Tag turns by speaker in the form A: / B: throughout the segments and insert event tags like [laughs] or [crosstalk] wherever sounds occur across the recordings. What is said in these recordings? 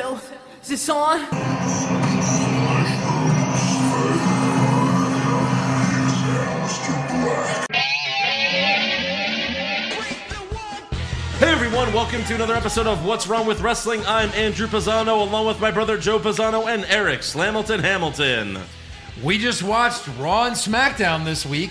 A: Oh, Is this on?
B: Hey everyone, welcome to another episode of What's Wrong with Wrestling. I'm Andrew Pisano, along with my brother Joe Pisano and Eric Slamilton Hamilton.
C: We just watched Raw and SmackDown this week,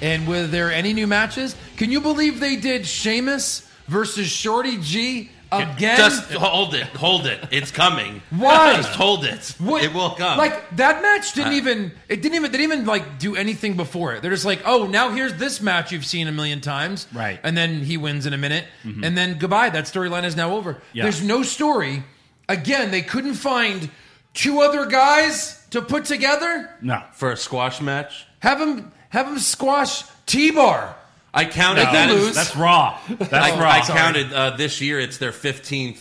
C: and were there any new matches? Can you believe they did Sheamus versus Shorty G again?
B: Just hold it, hold it. It's coming.
C: Why?
B: Just hold it.
C: What-
B: It will come.
C: Like that match didn't
B: Uh,
C: even it didn't even they didn't even like do anything before it. They're just like, oh, now here's this match you've seen a million times,
D: Right.
C: And then he wins in a minute,
B: Mm-hmm.
C: and then goodbye. That storyline is now over.
D: Yeah.
C: There's no story. Again, they couldn't find two other guys to put together.
D: No.
B: for a squash match,
C: Have him have him squash T Bar.
B: I counted
C: No.
B: that.
C: They
B: as-
C: lose.
D: That's raw. That's
B: I,
D: raw.
B: I counted uh, this year. It's their fifteenth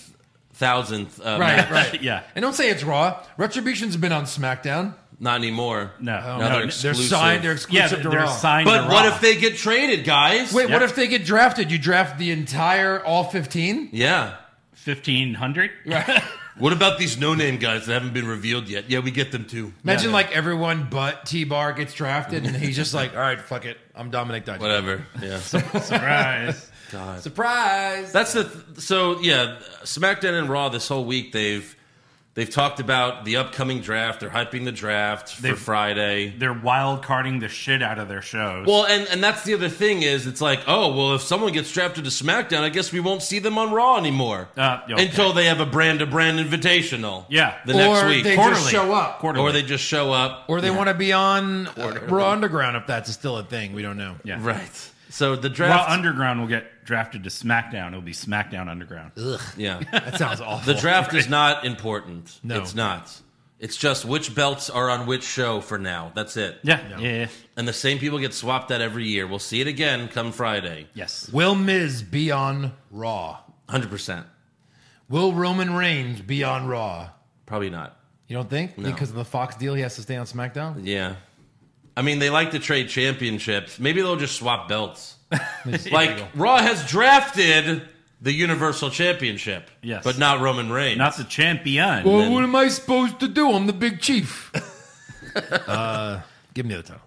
B: thousandth. Uh,
C: Right,
B: match.
D: [laughs]
C: right.
D: Yeah.
C: And don't say it's Raw. Retribution's been on SmackDown.
B: Not anymore.
D: No.
B: Now
D: Oh,
B: they're
D: no, they're
C: They're
B: exclusive.
C: signed. They're
D: Yeah,
C: exclusive
D: they're,
C: to
D: they're
C: Raw.
D: signed to
B: but what
D: Raw.
B: if they get traded, guys?
C: Wait, what
D: Yep.
C: if they get drafted? You draft the entire all
D: [laughs]
C: fifteen?
B: Yeah. [laughs]
D: 1500?
B: What about these no-name guys that haven't been revealed yet? Yeah, we get them too.
C: Imagine
D: Yeah.
C: like everyone but T Bar gets drafted, and he's just like, "All right, fuck it, I'm Dominic Dutch."
B: Whatever. Yeah.
D: Surprise.
C: Surprise!
B: That's the th- so yeah. SmackDown and Raw this whole week they've they've talked about the upcoming draft. They're hyping the draft for
D: They've-
B: Friday.
D: They're wild carding the shit out of their shows.
B: Well, and and that's the other thing is it's like oh well if someone gets drafted to SmackDown, I guess we won't see them on Raw anymore
D: Uh, yeah, okay.
B: until they have a brand to brand invitational.
D: Yeah.
B: the
D: Or
B: next week,
C: they
D: Quarterly.
C: just show up,
D: Quarterly.
B: or they just show up.
C: or they want to be on uh, Raw Underground if that's still a thing. We don't know.
D: yeah.
B: right. So the
D: Raw
B: draft.
D: Underground will get drafted to SmackDown. It'll be SmackDown Underground. [laughs]
B: yeah,
C: That sounds awful.
B: the draft is not important.
C: No.
B: it's not. It's just which belts are on which show for now. That's it.
D: Yeah. Yeah. yeah.
B: And the same people get swapped out every year. We'll see it again come Friday.
D: Yes.
C: Will Miz be on Raw?
B: 100%.
C: Will Roman Reigns be on Raw?
B: Probably not.
C: You don't think
B: No.
C: because of the Fox deal, he has to stay on SmackDown?
B: Yeah. I mean, they like to trade championships. Maybe they'll just
D: [laughs]
B: swap belts. like, Raw has drafted the Universal Championship,
D: Yes.
B: but not Roman Reigns.
D: Not the champion.
C: Well,
B: then-
C: what am I supposed to do? I'm the
B: [laughs]
C: big chief. uh, give me the title.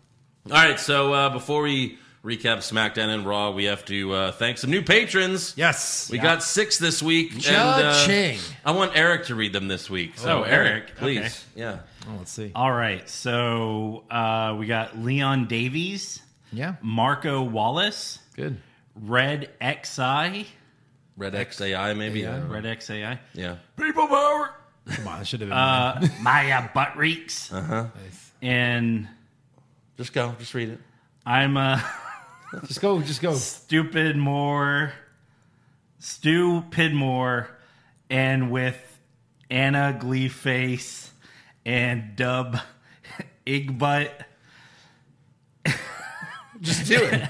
B: All right, so uh, before we recap SmackDown and Raw, we have to uh, thank some new patrons.
C: Yes.
B: We got six this week. and, uh,
C: Cha-ching.
B: I want Eric to read them this week. So,
D: Oh,
B: Eric,
D: Eric,
B: please.
D: okay.
B: Yeah.
C: Oh, let's see.
B: Uh,
D: All right. So uh, we got Leon Davies,
C: Yeah.
D: Marco Wallace,
C: Good.
D: Red XI.
B: Red XAI, maybe. I don't know.
D: Red XAI.
B: yeah.
D: People power.
C: Come on, I should have been.
D: Uh, Maya Butt Reeks.
B: Uh-huh.
D: And
B: Just go. Just read it.
D: I'm uh, a
C: just go. Just go.
D: stupid more, stupid more, and with Anna Gleeface and Dub Igbutt
B: Just do it.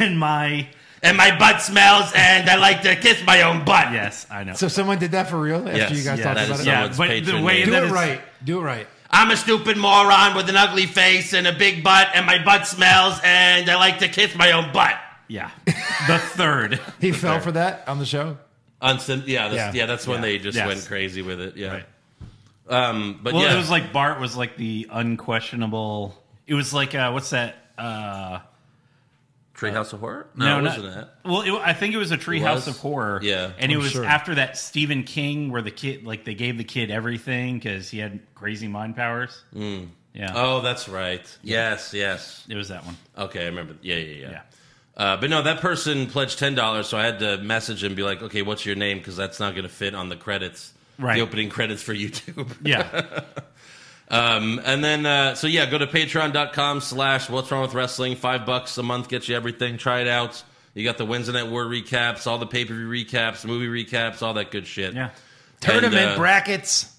D: and my
B: and my butt smells, and I like to kiss my own butt.
D: yes, I know.
C: [laughs] So someone did that for real after
B: Yes,
C: you guys
B: yeah,
C: talked
B: that
C: about
B: is
C: it.
B: so-
D: yeah,
B: Someone's
D: but the
B: patron
D: way
B: name.
C: Do
D: that
C: it
D: it's-
C: right. Do it right.
B: I'm a stupid moron with an ugly face and a big butt, and my butt smells, and I like to kiss my own butt.
D: yeah, the third.
C: He fell for that on the show.
B: yeah, that's, yeah.
C: Yeah.
B: that's when
D: Yeah.
B: they just
D: Yes.
B: went crazy with it. Yeah.
D: Right.
B: Um, but
D: Well,
B: yeah,
D: it was like Bart was like the unquestionable. It was like uh, what's that? Uh,
B: Treehouse of Horror?
D: No,
B: it
D: not-
B: wasn't that.
D: Well, it, I think it was a
B: was?
D: Treehouse of Horror.
B: Yeah.
D: and it
C: I'm
D: was
C: sure.
D: after that Stephen King, where the kid like they gave the kid everything because he had crazy mind powers. Yeah,
B: Oh, that's right. Yes, yes.
D: it was that one.
B: Okay, I remember. Yeah, yeah, yeah.
D: Yeah,
B: Uh, but no, that person pledged ten dollars, so I had to message him and be like, "Okay, what's your name?" Because that's not going to fit on the credits,
D: Right.
B: the opening credits for YouTube. [laughs]
D: yeah.
B: Um, and then, uh, so yeah, go to patreon.com slash what's wrong with wrestling. Five bucks a month gets you everything. Try it out. You got the Wednesday night war recaps, all the pay per view recaps, movie recaps, all that good shit. [laughs]
D: yeah.
C: Tournament
B: And, uh,
C: brackets.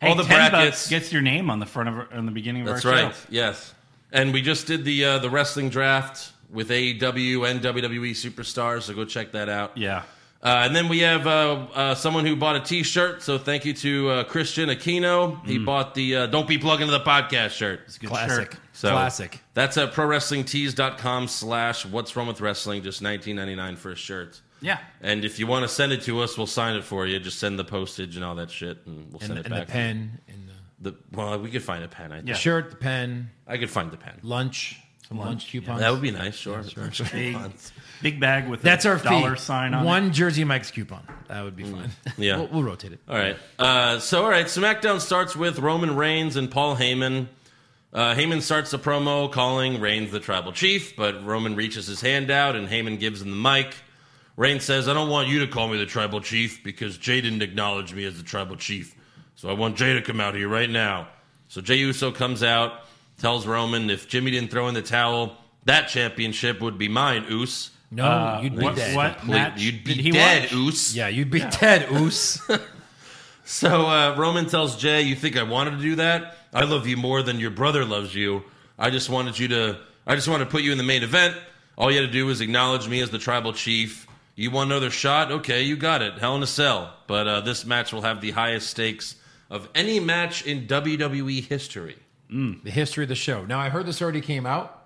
D: Hey,
B: All the
D: 10 bucks
B: brackets.
D: gets your name on the front of on the beginning of
B: That's
D: our
B: right.
D: show.
B: Yes. And we just did the uh, the wrestling draft with AEW and WWE superstars, so go check that out.
D: Yeah,
B: Uh, and then we have uh, uh, someone who bought a T-shirt, so thank you to uh, Christian Aquino.
C: Mm.
B: He bought the uh, "Don't be plugging the podcast" shirt.
D: good
C: Classic.
D: shirt.
B: So
C: Classic.
B: That's at prowrestlingtees.com slash what's wrong with wrestling, just nineteen ninety nine for a shirt.
D: Yeah.
B: And if you want to send it to us, we'll sign it for you. Just send the postage and all that shit, and we'll
C: And,
B: send
C: the,
B: it
C: and the
B: back.
C: pen, and the
B: The- well, we could find a pen. I think.
D: Yeah.
C: shirt, the pen,
B: I could find the pen.
C: lunch, some lunch, coupons.
B: That would be nice. Sure. [laughs]
D: Big, big bag with
C: That's
D: a
C: our
D: dollar
C: fee.
D: sign on
C: One Jersey Mike's coupon. That would be fun.
B: Mm. [laughs] Yeah.
C: we'll, we'll rotate it.
B: All right. Uh, so, all right. SmackDown starts with Roman Reigns and Paul Heyman. Uh, Heyman starts the promo calling Reigns the tribal chief, but Roman reaches his hand out and Heyman gives him the mic. Reigns says, I don't want you to call me the tribal chief because Jay didn't acknowledge me as the tribal chief. So I want Jay to come out here right now. So Jay Uso comes out, tells Roman if Jimmy didn't throw in the towel, that championship would be mine, Oos.
C: No,
D: it. Uh,
C: you'd be
D: what,
C: dead.
D: What match
B: You'd be
D: did he
B: dead,
D: watch?
B: Oos.
C: Yeah, you'd be dead, Oos.
B: So uh, Roman tells Jay, "You think I wanted to do that? I love you more than your brother loves you. I just wanted you to. I just wanted to put you in the main event. All you had to do was acknowledge me as the tribal chief. You want another shot? Okay, you got it. Hell in a cell. But uh, this match will have the highest stakes of any match in WWE history.
C: the history of the show. Now, I heard this already came out.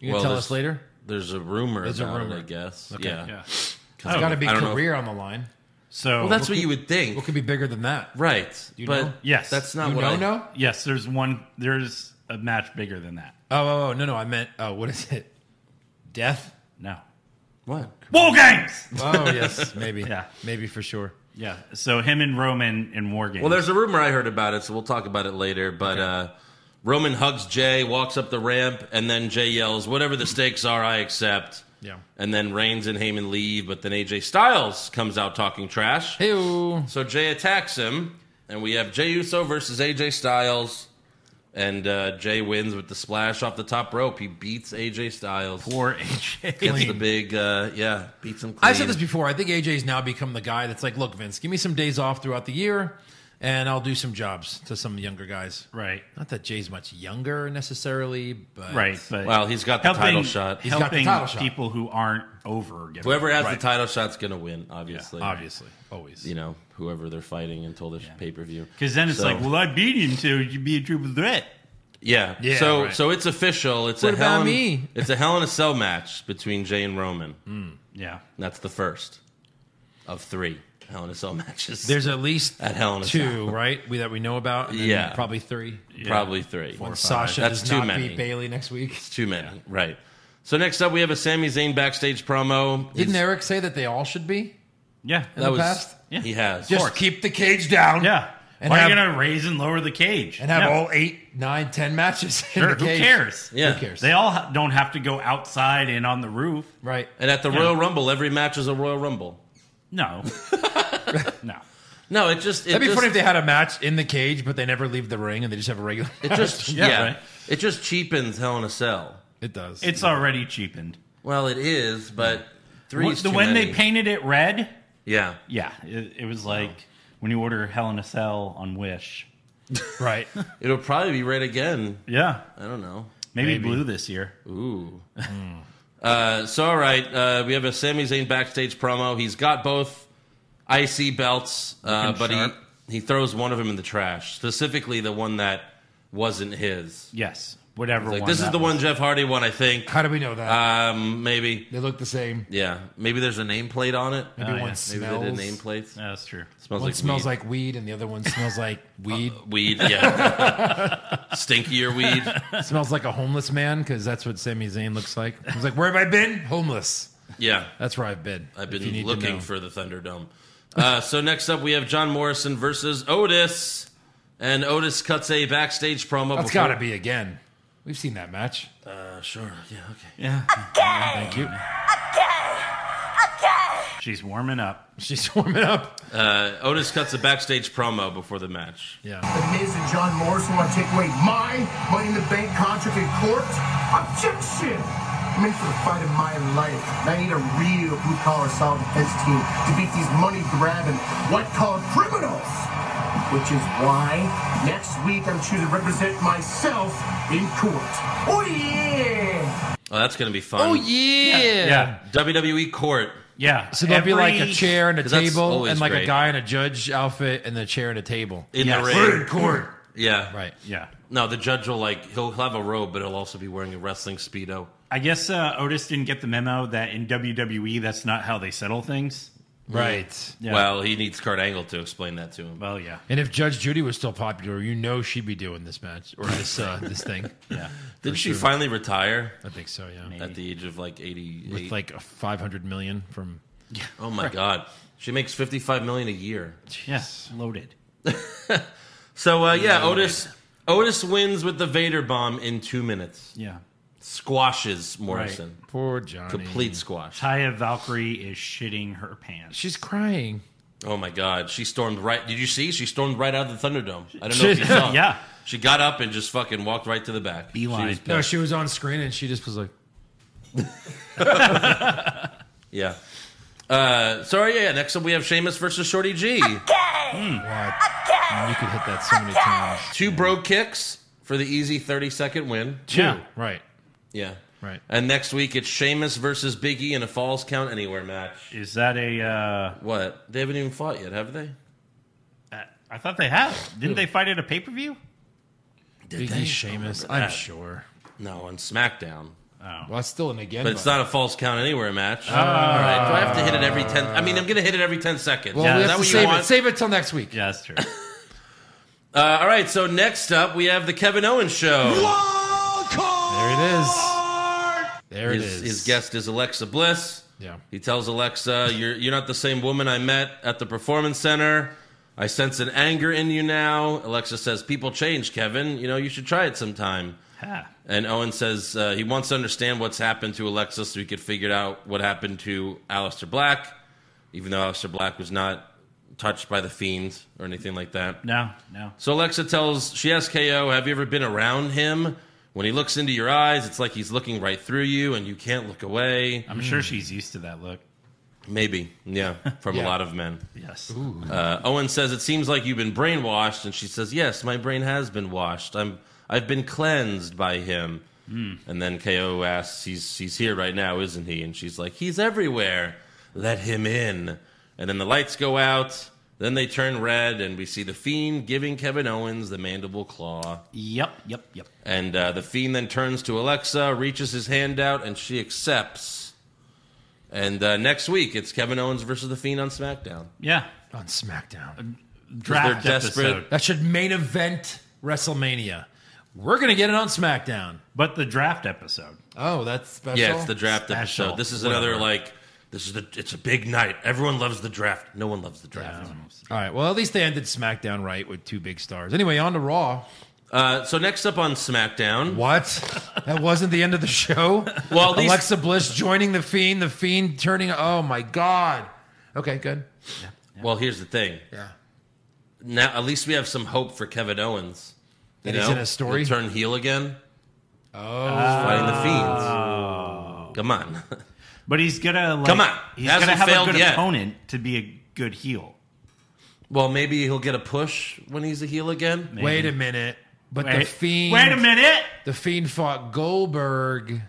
C: You gonna
B: Well,
C: tell
B: this-
C: us later?
B: There's a rumor.
C: There's a
B: about
C: rumor.
B: It, I guess.
C: Okay.
B: Yeah.
D: Yeah. Oh,
C: It's got to be
B: I don't know if-
C: career on the line.
D: So
B: Well, that's what you would think,
C: What could be bigger than that?
B: right?
C: You
B: but
C: know?
D: Yes.
B: that's not
C: You
B: what
C: know,
B: I know.
C: no?
D: yes, there's one. There's a match bigger than that.
C: Oh, oh, oh, no, no. I meant, oh, what is it?
D: [laughs]
C: Death?
D: No.
B: What?
D: War games.
C: Oh, yes, maybe.
D: Yeah.
C: Maybe for sure.
D: Yeah. So him and Roman in War Games.
B: Well, there's a rumor I heard about it, so we'll talk about it later. But uh, Roman hugs Jay, walks up the ramp, and then Jay yells, "Whatever the stakes are, I accept."
C: Yeah.
B: And then Reigns and Heyman leave, but then AJ Styles comes out talking trash.
C: Hey,
B: So Jay attacks him, and we have Jay Uso versus AJ Styles, and uh, Jay wins with the splash off the top rope. He beats AJ Styles.
D: War AJ.
B: Gets the big, uh, yeah, beats him clean.
C: I said this before. I think AJ's now become the guy that's like, look, Vince, give me some days off throughout the year, and I'll do some jobs to some younger guys.
D: Right.
C: Not that Jay's much younger necessarily, but
D: Right. But
B: Well, he's got the title shot.
C: got the
D: Helping
C: title shot.
D: people who aren't over. Get
B: Whoever has
C: Right.
B: the title shot's gonna win, obviously.
C: obviously, always.
B: you know, whoever they're fighting until this pay per view.
D: Because then it's
B: So-
D: like, well, I beat him, so you'd be a triple threat.
B: yeah,
C: Yeah,
B: So,
C: right.
B: so it's official. It's
C: What
B: a hell
C: about
B: in,
C: me?
B: [laughs] It's a hell in a cell match between Jay and Roman.
D: Yeah.
B: That's the first of three hell in a cell [laughs] matches.
C: There's at least
B: At Hell in a
C: two, right? We, that we know about. and then
B: Yeah.
C: probably three.
B: probably three.
C: When Sasha
B: That's
C: does
B: too
C: not
B: many.
C: beat Bailey next week.
B: Too many, right? So next up, we have a Sami Zayn backstage promo.
C: Didn't
B: He's-
C: Eric say that they all should be?
D: Yeah.
B: that
C: the
B: was
C: past?
D: Yeah.
B: he has
C: Just keep the cage down.
D: yeah.
C: And
D: Why are
C: have-
D: you gonna raise and lower the cage?
C: And have
D: Yeah.
C: all eight, nine, ten matches. in
D: Sure,
C: the
D: who
C: cage.
D: cares?
B: yeah.
C: Who cares?
D: They all ha- don't have to go outside and on the roof.
C: right.
B: And at the Royal Rumble, every match is a Royal Rumble.
D: [laughs] No. no.
B: No, it just it
C: That'd be
B: just,
C: funny if they had a match in the cage, but they never leave the ring and they just have a regular.
B: it
C: [laughs]
B: just yeah,
D: Yeah, right.
B: it just cheapens Hell in a Cell.
C: It does.
D: It's already cheapened.
B: Well, it is, but
D: When,
B: three's
D: the,
B: too
D: when
B: many.
D: they painted it red,
B: yeah.
D: yeah, it, it was like when you order Hell in a Cell on Wish.
C: right.
B: It'll probably be red again.
D: Yeah.
B: I don't know.
D: Maybe, blue this year.
B: Ooh.
D: Hmm.
B: uh, so, all right. Uh, we have a Sami Zayn backstage promo. He's got both IC belts, uh,
D: Looking
B: but he,
D: sharp.
B: he throws one of them in the trash, specifically the one that wasn't his.
D: Yes. Whatever
B: Like,
D: one.
B: this is
D: that
B: the
D: was.
B: one Jeff Hardy won, I think.
C: [laughs] How do we know that?
B: Um, maybe.
C: they look the same.
B: Yeah. Maybe there's a nameplate on it.
C: Maybe
D: Oh, yeah.
C: one
D: Maybe
B: Maybe
C: smells.
B: they did nameplates.
D: Yeah, that's true.
B: Smells
C: one
B: like
C: smells
B: weed.
C: like weed, and the other one smells
B: [laughs]
C: like weed.
D: [laughs]
B: weed. Yeah. Stinkier weed.
C: smells like a homeless man because that's what Sami Zayn looks like. He's like, "Where have I been? Homeless.
B: Yeah.
C: That's where I've been.
B: I've
C: Uh, if you
B: been
C: need to
B: looking
C: know."
B: for the Thunderdome. Uh, so next up, we have John Morrison versus Otis, and Otis cuts a backstage promo.
C: That's got to be again. We've seen that match. [laughs]
B: Uh, sure. Yeah. Okay.
D: Yeah.
C: Thank you.
D: She's warming up.
C: She's warming up.
B: Uh, Otis cuts a backstage promo before the match.
C: Yeah.
A: The Miz and John Morrison want to take away my Money in the Bank contract in court? Objection! I'm in for the fight of my life. and I need a real blue collar solid defense team to beat these money grabbing, white collar criminals. Which is why next week I'm choosing to represent myself in court. Oh yeah!
B: Oh, that's gonna be fun.
C: Oh yeah.
D: Yeah.
B: WWE Court.
D: Yeah.
C: [laughs] So there'll be like a
D: Every-
C: chair and a
B: 'Cause that's
C: table,
B: always
C: and like a
B: great.
C: guy in a judge outfit, and a chair and a table.
B: In
D: Yes.
B: the ring.
C: court.
B: Yeah.
C: Right.
D: Yeah.
B: No, the judge will like he'll have a robe, but he'll also be wearing a wrestling speedo.
D: I guess uh, Otis didn't get the memo that in WWE that's not how they settle things.
C: Right.
D: Yeah.
B: Well, he needs Kurt Angle to explain that to him.
D: well, yeah,
C: And if Judge Judy was still popular, you know she'd be doing this match or this uh, this thing.
B: [laughs]
D: yeah.
B: Did she finally retire
C: I think so. Yeah.
B: at the age of like
C: With
B: 88?
C: like 500 million from.
B: oh my god. She makes 55 million a year.
D: Yes, loaded.
B: So uh,
D: Mm-hmm.
B: yeah, Otis Otis wins with the Vader bomb in 2 minutes.
D: Yeah.
B: Squashes Morrison.
C: Poor Johnny.
B: Complete squash.
D: Taya Valkyrie is shitting her pants.
C: She's crying.
B: Oh my god, she stormed right. Did you see? She stormed right out of the Thunderdome. I don't know if
D: [laughs]
B: you
C: She-
B: saw.
D: yeah.
B: She got up and just fucking walked right to the back.
D: Beeline.
B: She was pissed.
C: No, she was on screen and she just was like,
B: yeah. Uh, sorry, yeah, yeah. Next up, we have Sheamus versus Shorty G.
C: "What?" You could hit that so many times.
B: Two bro kicks for the easy 30 second win.
D: Yeah.
C: Right.
B: Yeah.
C: Right.
B: And next week, it's Sheamus versus Big E in a Falls Count Anywhere match.
D: Is that a? Uh,
B: What? They haven't even fought yet, have they?
D: I thought they had. Didn't they fight at a pay per view?
C: Big E Sheamus.
B: Oh,
C: I'm sure.
B: No, on SmackDown.
C: Well, that's still an again.
B: Oh. But it's not a Falls Count Anywhere match. All right. Do I have to hit it every 10? I mean, I'm going to hit it every 10 seconds.
C: Well,
D: Yeah,
C: we
B: Is
D: is
B: that
C: have to
B: what you
C: save it.
B: want?
C: Save it till next week.
D: Yeah, [coughs] that's true.
B: Uh, all right. So next up, we have the Kevin Owens show.
C: There it is. There it
B: His,
C: is.
B: his guest is Alexa Bliss.
C: Yeah.
B: He tells Alexa, "You're you're not the same woman I met at the performance center. I sense an anger in you now." Alexa says, "People change, Kevin. You know, you should try it sometime."
D: Ha.
B: And Owen says uh, he wants to understand what's happened to Alexa so he could figure out what happened to Alistair Black, even though Alistair Black was not touched by the fiend or anything like that.
D: no, no.
B: So Alexa tells, she asks KO, Have you ever been around him? When he looks into your eyes, it's like he's looking right through you and you can't look away.
D: I'm sure she's used to that look.
B: Maybe, yeah, from a lot of men.
D: Yes.
B: Uh, Owen says, It seems like you've been brainwashed. And she says, Yes, my brain has been washed. I'm, I've been cleansed by him. And then KO asks, he's, he's here right now, isn't he? And she's like, He's everywhere. Let him in. And then the lights go out. Then they turn red, and we see the fiend giving Kevin Owens the mandible claw.
D: Yep. Yep. Yep.
B: And uh, the fiend then turns to Alexa, reaches his hand out, and she accepts. And uh, next week, it's Kevin Owens versus the Fiend on SmackDown.
D: Yeah.
C: on SmackDown.
D: Draft
B: they're
D: episode.
B: desperate.
C: That should main event WrestleMania. We're gonna get it on SmackDown.
D: But the draft episode.
C: Oh, that's special.
B: Yeah, it's the draft
D: Special.
B: episode. This is
D: Whatever.
B: another like this is the it's a big night. Everyone loves the draft. No one loves the draft.
C: All right. Well, at least they ended SmackDown right with two big stars. Anyway, on to Raw.
B: Uh, so next up on SmackDown,
C: What? That wasn't the end of the show.
B: Well, at least-
C: Alexa Bliss joining the Fiend. The Fiend turning. Oh my God. Okay, good.
B: well, here's the thing.
C: Yeah.
B: Now at least we have some hope for Kevin Owens. You
C: That he's
B: know?
C: in a story?
B: He'll turn heel again. Oh, fighting the fiends. Come on. [laughs]
D: But he's gonna like,
B: Come on.
D: He's
B: Hasn't
D: gonna have a
B: failed
D: good
B: yet.
D: opponent to be a good heel.
B: Well, maybe he'll get a push when he's a heel again.
C: Wait a minute. But the
D: Wait-
C: Fiend.
D: Wait a minute.
C: The Fiend fought Goldberg,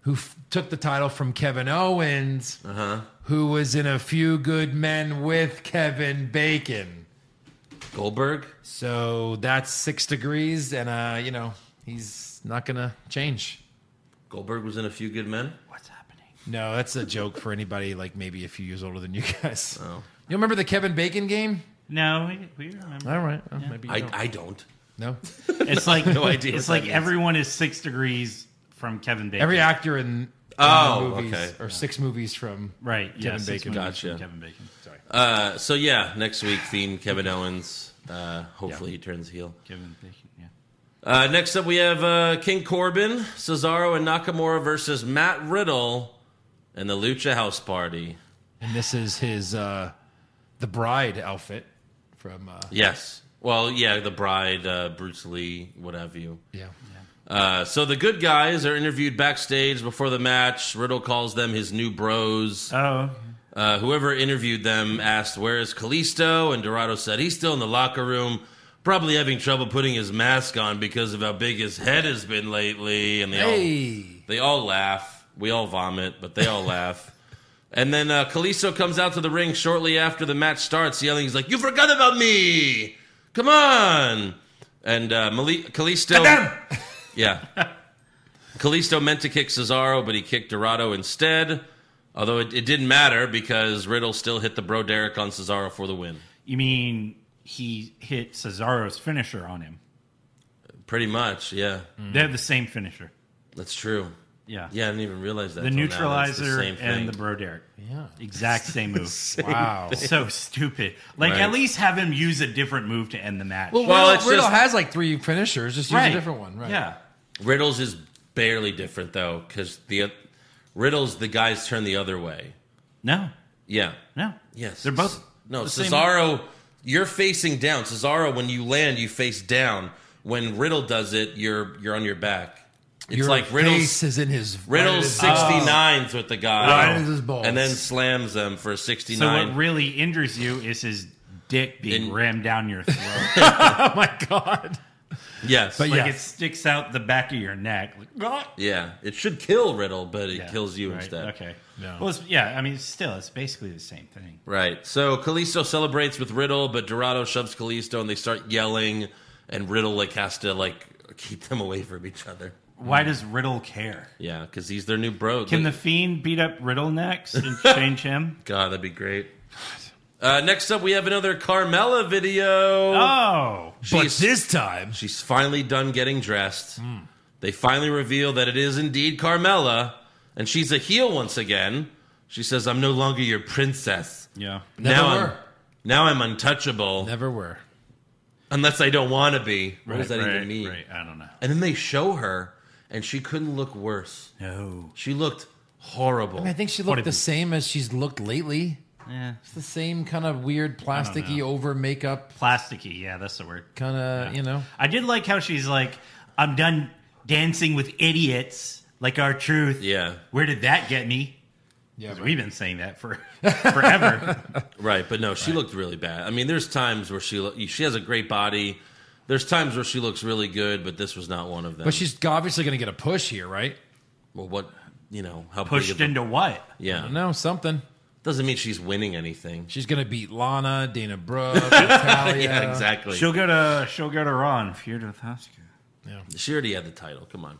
C: who f- took the title from Kevin Owens,
D: Uh-huh.
C: who was in A Few Good Men with Kevin Bacon.
B: Goldberg.
C: So that's six degrees, and uh, you know he's not gonna change.
B: Goldberg was in a few good men.
D: What's happening?
C: No, that's a joke for anybody like maybe a few years older than you guys.
B: Oh.
C: You remember the Kevin Bacon game?
D: No, we, we remember.
C: All right, oh, maybe you
B: I,
C: don't.
B: I don't.
C: no.
D: It's like no
B: idea
D: It's
B: what that
D: like
B: means.
D: everyone is six degrees from Kevin Bacon.
C: Every actor in
B: Oh,
C: in the movies
B: okay.
C: or six movies from
D: right? yeah,
C: Kevin
D: six
C: Bacon.
D: movies
B: Gotcha.
D: from Kevin Bacon. Sorry,
B: Uh, so yeah, next week fiend Kevin Owens. Uh, hopefully he turns heel.
D: Kevin Bacon. Yeah.
B: Uh, next up we have uh, King Corbin, Cesaro, and Nakamura versus Matt Riddle and the Lucha House Party.
C: and this is his uh, the bride outfit from uh,
B: Yes. Well, yeah, the Bride, uh, Bruce Lee, what have you.
C: yeah.
B: Uh, so the good guys are interviewed backstage before the match. Riddle calls them his new bros.
D: Oh,
B: Uh, whoever interviewed them asked, Where is Callisto? And Dorado said, He's still in the locker room, probably having trouble putting his mask on because of how big his head has been lately. And they,
C: Hey,
B: all, they all laugh. We all vomit, but they all laugh. [laughs] And then uh, Callisto comes out to the ring shortly after the match starts, yelling, He's like, You forgot about me! Come [laughs] on! And uh, Malik- Callisto. Yeah. Kalisto meant to kick Cesaro, but he kicked Dorado instead. Although it, it didn't matter because Riddle still hit the Bro Derek on Cesaro for the win.
D: You mean he hit Cesaro's finisher on him?
B: Pretty much, yeah.
D: They have the same finisher.
B: That's true.
D: Yeah.
B: Yeah, I didn't even realize that.
D: The
B: till now. It's the
D: neutralizer
B: same thing.
D: and the Bro Derek.
C: Yeah.
D: Exact same move.
B: Oh. [laughs]
C: Wow.
D: so stupid. Like
B: Right.
D: at least have him use a different move to end the match.
C: Well,
B: Well,
C: Riddle,
B: it's
C: Riddle
B: just-
C: has like three finishers. Just use
D: right.
C: a different one. Right.
D: Yeah.
B: Riddles is barely different though, because the oth- Riddles the guys turn the other way.
D: No.
B: Yeah.
D: No.
B: Yes.
D: They're both
B: No,
D: the same-
B: Cesaro, you're facing down. Cesaro, when you land, you face down. When Riddle does it, you're you're on your back. It's
C: Your
B: like
C: face
B: Riddle's
C: is in his
B: Riddle's
D: Oh.
B: sixty nines with the guy,
C: Right in his balls.
B: and then slams them for sixty
D: So what
B: nine.
D: really injures you is his dick being
B: In-
D: rammed down your
B: [laughs]
D: throat.
C: Oh my god.
B: yes,
C: But
D: like
C: Yeah.
D: it sticks out the back of your neck. Like,
B: yeah, it should kill Riddle, but it
D: Yeah,
B: kills you
D: right,
B: instead.
D: Okay.
C: No.
D: Well, it's, yeah. I mean, still, it's basically the same thing.
B: Right. So Kalisto celebrates with Riddle, but Dorado shoves Kalisto and they start yelling and Riddle like has to like keep them away from each other.
D: Why does Riddle care?
B: Yeah, because he's their new bro.
D: Can the Fiend beat up Riddle next and
B: [laughs]
D: change him?
B: God, that'd be great. Uh, next up, we have another Carmella video.
D: Oh,
B: she's,
C: this time,
B: she's finally done getting dressed. They finally reveal that it is indeed Carmella, and she's a heel once again. She says, "I'm no longer your princess.
D: yeah.
C: Never
B: now I'm
C: were.
B: now I'm untouchable
C: never were.
B: unless I don't want to be." What does that
D: Right,
B: even mean?
D: Right, I don't know.
B: And then they show her, and she couldn't look worse.
D: No.
B: She looked horrible.
C: I think she
D: What
C: looked
D: if-
C: the same as she's looked lately.
D: Yeah.
C: It's the same kind of weird plasticky over makeup
D: Plasticky. Yeah, that's the word.
C: kind of, you know.
D: I did like how she's like, I'm done dancing with idiots like our truth.
B: Yeah.
D: Where did that get me?
C: Yeah.
D: 'Cause We've been saying that for [laughs] forever.
B: right, but no, she looked really bad. I mean, there's times where she lo- she has a great body. There's times where she looks really good, but this was not one of them.
C: But she's obviously going to get a push here, right?
B: well, what you know, how big
D: Pushed
B: of a-
D: into what?
B: yeah,
C: No, something.
B: doesn't mean she's winning anything.
C: She's going to beat Lana, Dana Brooke, [laughs] Natalia.
B: Yeah, exactly.
D: She'll go to she'll go to Raw and feud with Oscar.
B: She already had the title. Come on.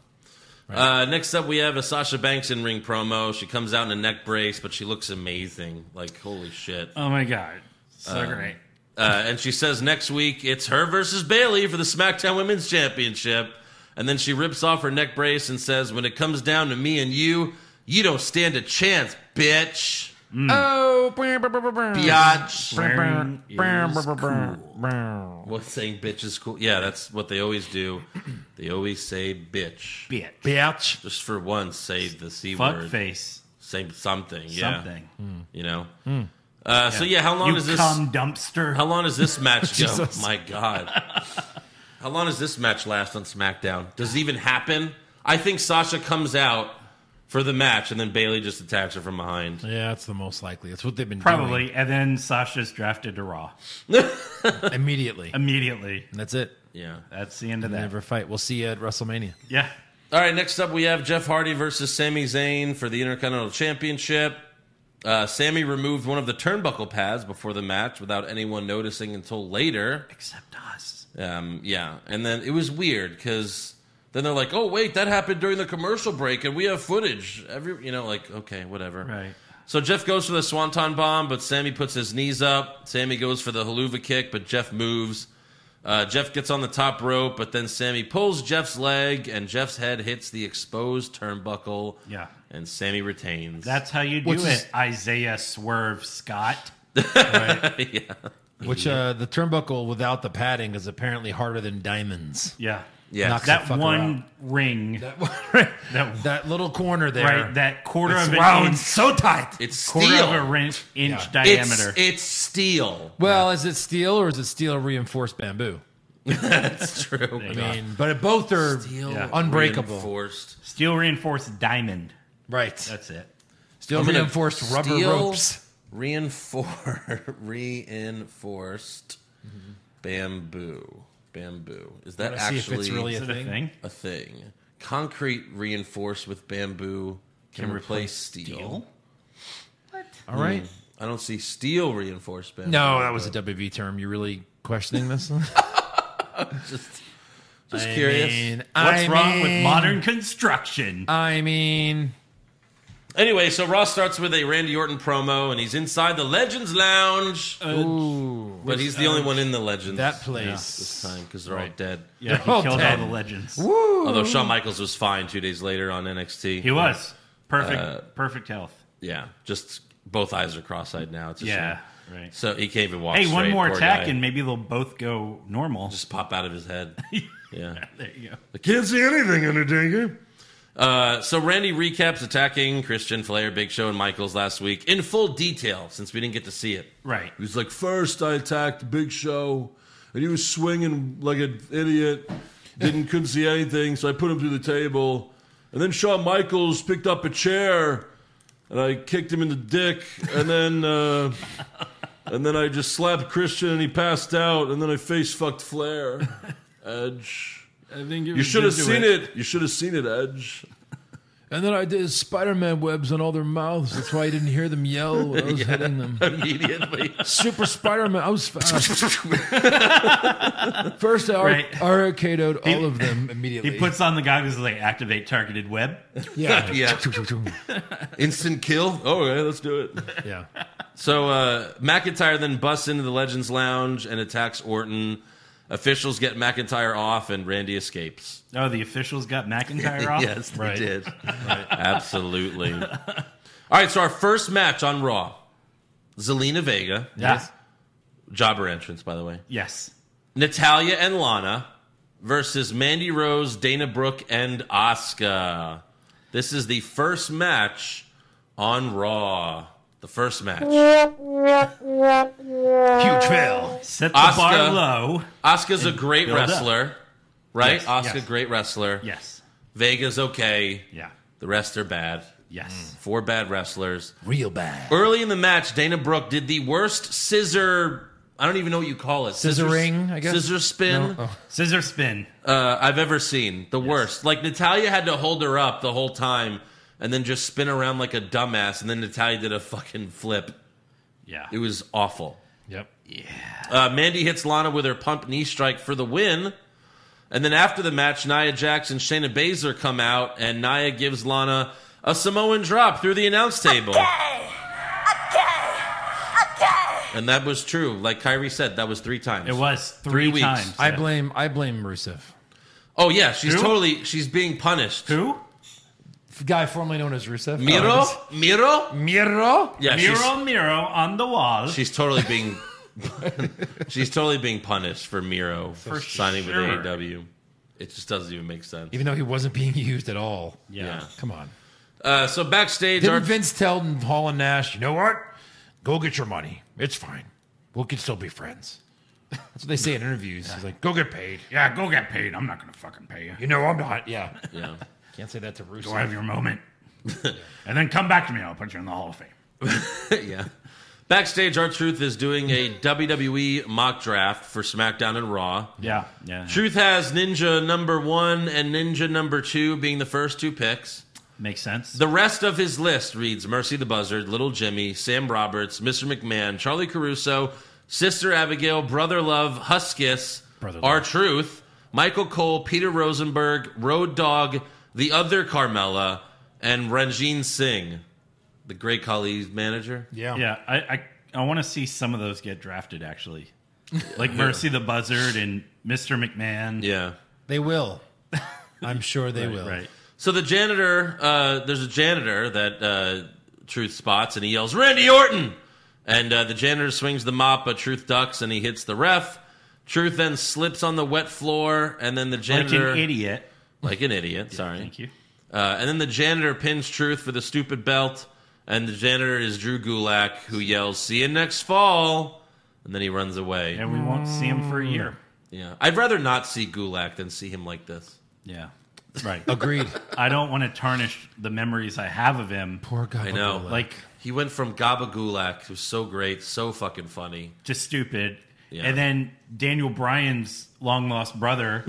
B: Uh, next up, we have a Sasha Banks in ring promo. She comes out in a neck brace, but she looks amazing. Like holy shit!
D: Oh my god, so great.
B: Uh, and she says next week it's her versus Bailey for the SmackDown Women's Championship. And then she rips off her neck brace and says, "When it comes down to me and you, you don't stand a chance, bitch."
D: Mm.
C: Oh, brr, brr, brr, brr, brr.
B: Biatch.
D: Wearing
C: Brr,
D: is-
C: brr, brr, brr, brr.
B: What's saying bitch is cool? Yeah, that's what they always do. [clears throat] They always say bitch.
D: bitch.
C: Bitch.
B: Just for once, say the c
D: Fuck
B: word.
D: face.
B: Say something. Yeah.
D: Something. Hmm.
B: You know. Uh, So yeah, how long
D: You
B: is this?
D: cum dumpster.
B: How long does this match go?
C: Jesus.
B: My God. How long does this match last on SmackDown? Does it even happen? I think Sasha comes out for the match and then Bailey just attacks her from behind.
C: Yeah, that's the most likely. That's what they've been
D: Probably. And then Sasha's drafted to Raw
C: doing
D: [laughs]
C: immediately. And
D: immediately.
C: that's it.
B: Yeah.
D: That's the end of that.
C: Never fight. We'll see you at WrestleMania.
D: Yeah.
B: All right, next up we have Jeff Hardy versus Sami Zayn for the Intercontinental Championship. Uh, Sammy removed one of the turnbuckle pads before the match without anyone noticing until later.
D: Except us.
B: Um, yeah, and then it was weird because then they're like, "Oh wait, that happened during the commercial break, and we have footage." Every you know, like okay, whatever.
D: Right.
B: So Jeff goes for the swanton bomb, but Sammy puts his knees up. Sammy goes for the haluva kick, but Jeff moves. Uh, Jeff gets on the top rope, but then Sammy pulls Jeff's leg, and Jeff's head hits the exposed turnbuckle.
D: Yeah.
B: and Sammy retains.
D: That's how you do
C: Which
D: it,
C: is-
D: Isaiah Swerve Scott.
B: yeah,
C: Which uh, the turnbuckle without the padding is apparently harder than
D: [laughs]
C: diamonds.
D: Yeah.
B: yeah.
C: Knock
D: That
C: Fuck her
D: one ring. That, that,
C: That little corner there,
D: right. That quarter
C: it's
D: of an
C: wound
D: inch.
C: so tight.
B: it's steel.
D: Quarter of a wrench, inch
C: Yeah.
D: diameter.
B: It's, it's steel.
C: Well, is it steel or is it steel reinforced bamboo?
D: [laughs]
B: That's true.
C: I mean, but it both are
D: Yeah.
C: unbreakable,
B: Reinforced.
D: Steel reinforced diamond.
C: right?
D: That's it.
C: steel
B: I'm gonna-
C: reinforced rubber
B: steel
C: ropes.
B: Reinfor- [laughs] reinforced bamboo. Bamboo. Is that
C: Wanna see
B: actually
C: if it's really
D: Is it a thing?
B: a thing? Concrete reinforced with bamboo can, replace, steel.
C: All right.
B: I don't see steel reinforced bamboo.
C: No, that was a WV term. You're really questioning this?
B: Just
C: I
B: curious.
C: mean,
D: What's
C: I
D: wrong with
C: mean-
D: modern construction?
B: Uh,
C: I mean,
B: Anyway, so Raw starts with a Randy Orton promo, and he's inside the Legends Lounge,
C: ooh,
B: but he's the only one in the Legends
C: Uh, that
B: this
C: place.
B: time because they're all dead.
D: yeah, he
C: Oh,
D: killed
C: Ted.
D: all the legends.
B: Although Shawn Michaels was fine two days later on NXT.
D: He was perfect,
B: Uh,
D: perfect health.
B: yeah, just both eyes are cross-eyed now. It's a
D: Yeah,
B: shame.
D: right.
B: So he can't even walk.
D: Hey, one
B: straight,
D: more
B: poor
D: attack,
B: guy.
D: and maybe they'll both go normal.
B: just pop out of his head. Yeah.
D: [laughs] there you go.
B: I can't see anything, Undertaker. Uh, so Randy recaps attacking Christian Flair, Big Show, and Michaels last week in full detail since we didn't get to see it.
D: Right.
B: He was like, first I attacked Big Show, and he was [laughs] swinging like an idiot. [laughs] Didn't couldn't see anything, so I put him through the table. And then Shawn Michaels picked up a chair, and I kicked him in the dick. And then [laughs] uh, and then I just slapped Christian, and he passed out. And then I face fucked [laughs] Flair. Edge,
C: I think
B: you should have seen it. You should have seen it, Edge.
C: And then I did Spider-Man webs on all their mouths. That's why I didn't hear them yell when I was hitting them.
B: Immediately, [laughs]
C: Super Spider-Man. I was fast. First, I ar-
D: Right.
C: arcadoed all of them immediately.
D: He puts on the goggles and like activate targeted web.
C: yeah,
B: yeah. Instant kill. Oh yeah, let's do it.
C: yeah.
B: So uh, McIntyre then busts into the Legends Lounge and attacks Orton. Officials get McIntyre off, and Randy escapes.
D: Oh, the officials got
B: [laughs]
D: McIntyre off.
B: yes, they
C: Right.
B: did.
D: [laughs]
B: Absolutely. All right, so our first match on Raw: Zelina Vega,
D: Yeah.
B: jobber entrance, by the way.
D: Yes.
B: Natalia and Lana versus Mandy Rose, Dana Brooke, and Asuka. This is the first match on Raw. The first match.
C: Huge fail.
D: Set the
B: Asuka. Uh,
D: bar low.
B: Asuka's a great
D: build up.
B: wrestler, right?
D: Yes,
B: Asuka,
D: yes.
B: great wrestler.
D: Yes.
B: Vega's okay.
D: Yeah.
B: The rest are bad.
D: Yes.
B: Four bad wrestlers.
C: Real bad.
B: Early in the match, Dana Brooke did the worst scissor. I don't even know what you call it.
C: Scissoring, I guess?
B: Scissor spin.
C: Oh.
D: Mm. Scissor spin.
B: uh, I've ever seen. The worst. Like Natalia had to hold her up the whole time and then just spin around like a dumbass, and then Natalia did a fucking flip.
D: Yeah.
B: It was awful.
C: Yep.
B: Uh, Mandy hits Lana with her pump knee strike for the win. And then after the match, Nia Jax and Shayna Baszler come out, and Nia gives Lana a Samoan drop through the announce table.
E: Okay. Okay. Okay.
B: And that was true. Like Kyrie said, that was three times.
D: It was three,
B: weeks.
D: times.
C: I
D: yeah.
C: blame. I blame Rusev,
B: Oh, yeah. She's
D: Who?
B: totally, she's being punished.
D: Who?
C: guy formerly known as Rusev.
B: Miro?
C: Oh,
B: Miro?
C: it's- Miro.
B: Yeah, she's-
D: Miro, Miro on the wall.
B: She's totally being she's totally being punished for Miro for signing
D: sure.
B: with AEW. It just doesn't even make sense.
C: Even though he wasn't being used at all.
B: Yeah.
C: Come on.
B: Uh, so backstage,
C: Didn't
B: our,
C: Vince tell Hall and Nash, you know what? Go get your money. It's fine. We can still be friends. That's what they say in interviews. He's like, go get paid.
D: Yeah, go get paid. I'm not gonna fucking pay you.
C: You know I'm not. [laughs] Yeah.
B: yeah.
C: Can't say that to
D: Go have
C: Rusev.
D: your
B: [laughs]
D: moment, and then come back to me. I'll put you in the Hall of Fame.
B: [laughs] yeah. Backstage, our truth is doing a WWE mock draft for SmackDown and Raw.
D: Yeah. Yeah.
B: Truth has Ninja number one and Ninja number two being the first two picks.
D: Makes sense.
B: The rest of his list reads Mercy the Buzzard, Little Jimmy, Sam Roberts, Mr. McMahon, Charlie Caruso, Sister Abigail, Brother Love, Huskis,
C: Brother Love.
B: R Truth, Michael Cole, Peter Rosenberg, Road Dog, the other Carmella, and Ranjeen Singh, the great Khali's manager.
C: Yeah.
D: yeah. I I, I want to see some of those get drafted actually,
B: [laughs]
D: like Mercy the Buzzard and Mr. McMahon.
B: Yeah.
C: They will. I'm sure they will.
D: Right.
B: So the janitor, uh, there's a janitor that uh, Truth spots, and he yells, "Randy Orton!" And uh, the janitor swings the mop, but Truth ducks, and he hits the ref. Truth then slips on the wet floor, and then the
D: Like
B: janitor,
D: an idiot.
B: like an idiot, sorry.
D: Thank you.
B: Uh, and then the janitor pins Truth for the stupid belt, and the janitor is Drew Gulak, who yells, "See you next fall!" And then he runs away.
D: And we won't see him for a year.
B: Yeah, I'd rather not see Gulak than see him like this.
D: Yeah. Mm. Right.
C: Agreed.
D: [laughs] I don't want to tarnish the memories I have of him.
C: Poor
B: I
C: guy.
B: know,
D: Like
B: He went from Gaba Gulak, who's so great, so fucking funny.
D: just stupid.
B: Yeah.
D: And then Daniel Bryan's long lost
C: [laughs]
D: brother.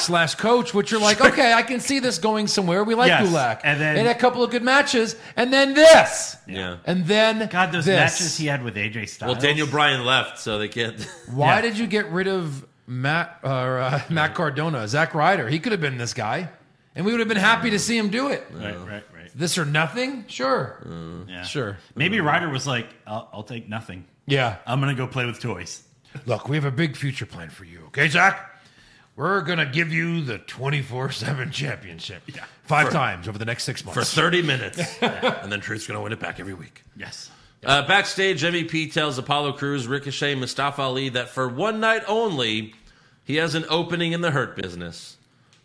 C: slash coach, which you're like, okay, I can see this going somewhere. We like
D: Yes.
C: Gulak.
D: And then-
C: They had a couple of good matches. And then this.
B: Yeah.
C: And then
D: God, those
C: this.
D: matches he had with AJ Styles.
B: Well, Daniel Bryan left, so they can't. [laughs]
C: Why
D: Yeah.
C: did you get rid of Matt or uh, [laughs] Matt Cardona, Zach Ryder. He could have been this guy, and we would have been happy to see him do it.
D: Right, right, right.
C: This or nothing, sure,
D: Yeah.
C: sure,
D: Maybe Ryder was like, I'll, I'll take nothing.
C: yeah.
D: I'm gonna go play with toys.
C: Look, we have a big future plan for you, okay, Zach? We're gonna give you the twenty four seven championship, yeah. five times over the next six
B: for
C: months.
B: 30 minutes. and then Truth's going to win it back every week.
D: Yes.
B: Uh, backstage, MVP tells Apollo Crews, Ricochet, Mustafa Ali that for one night only, he has an opening in the hurt business.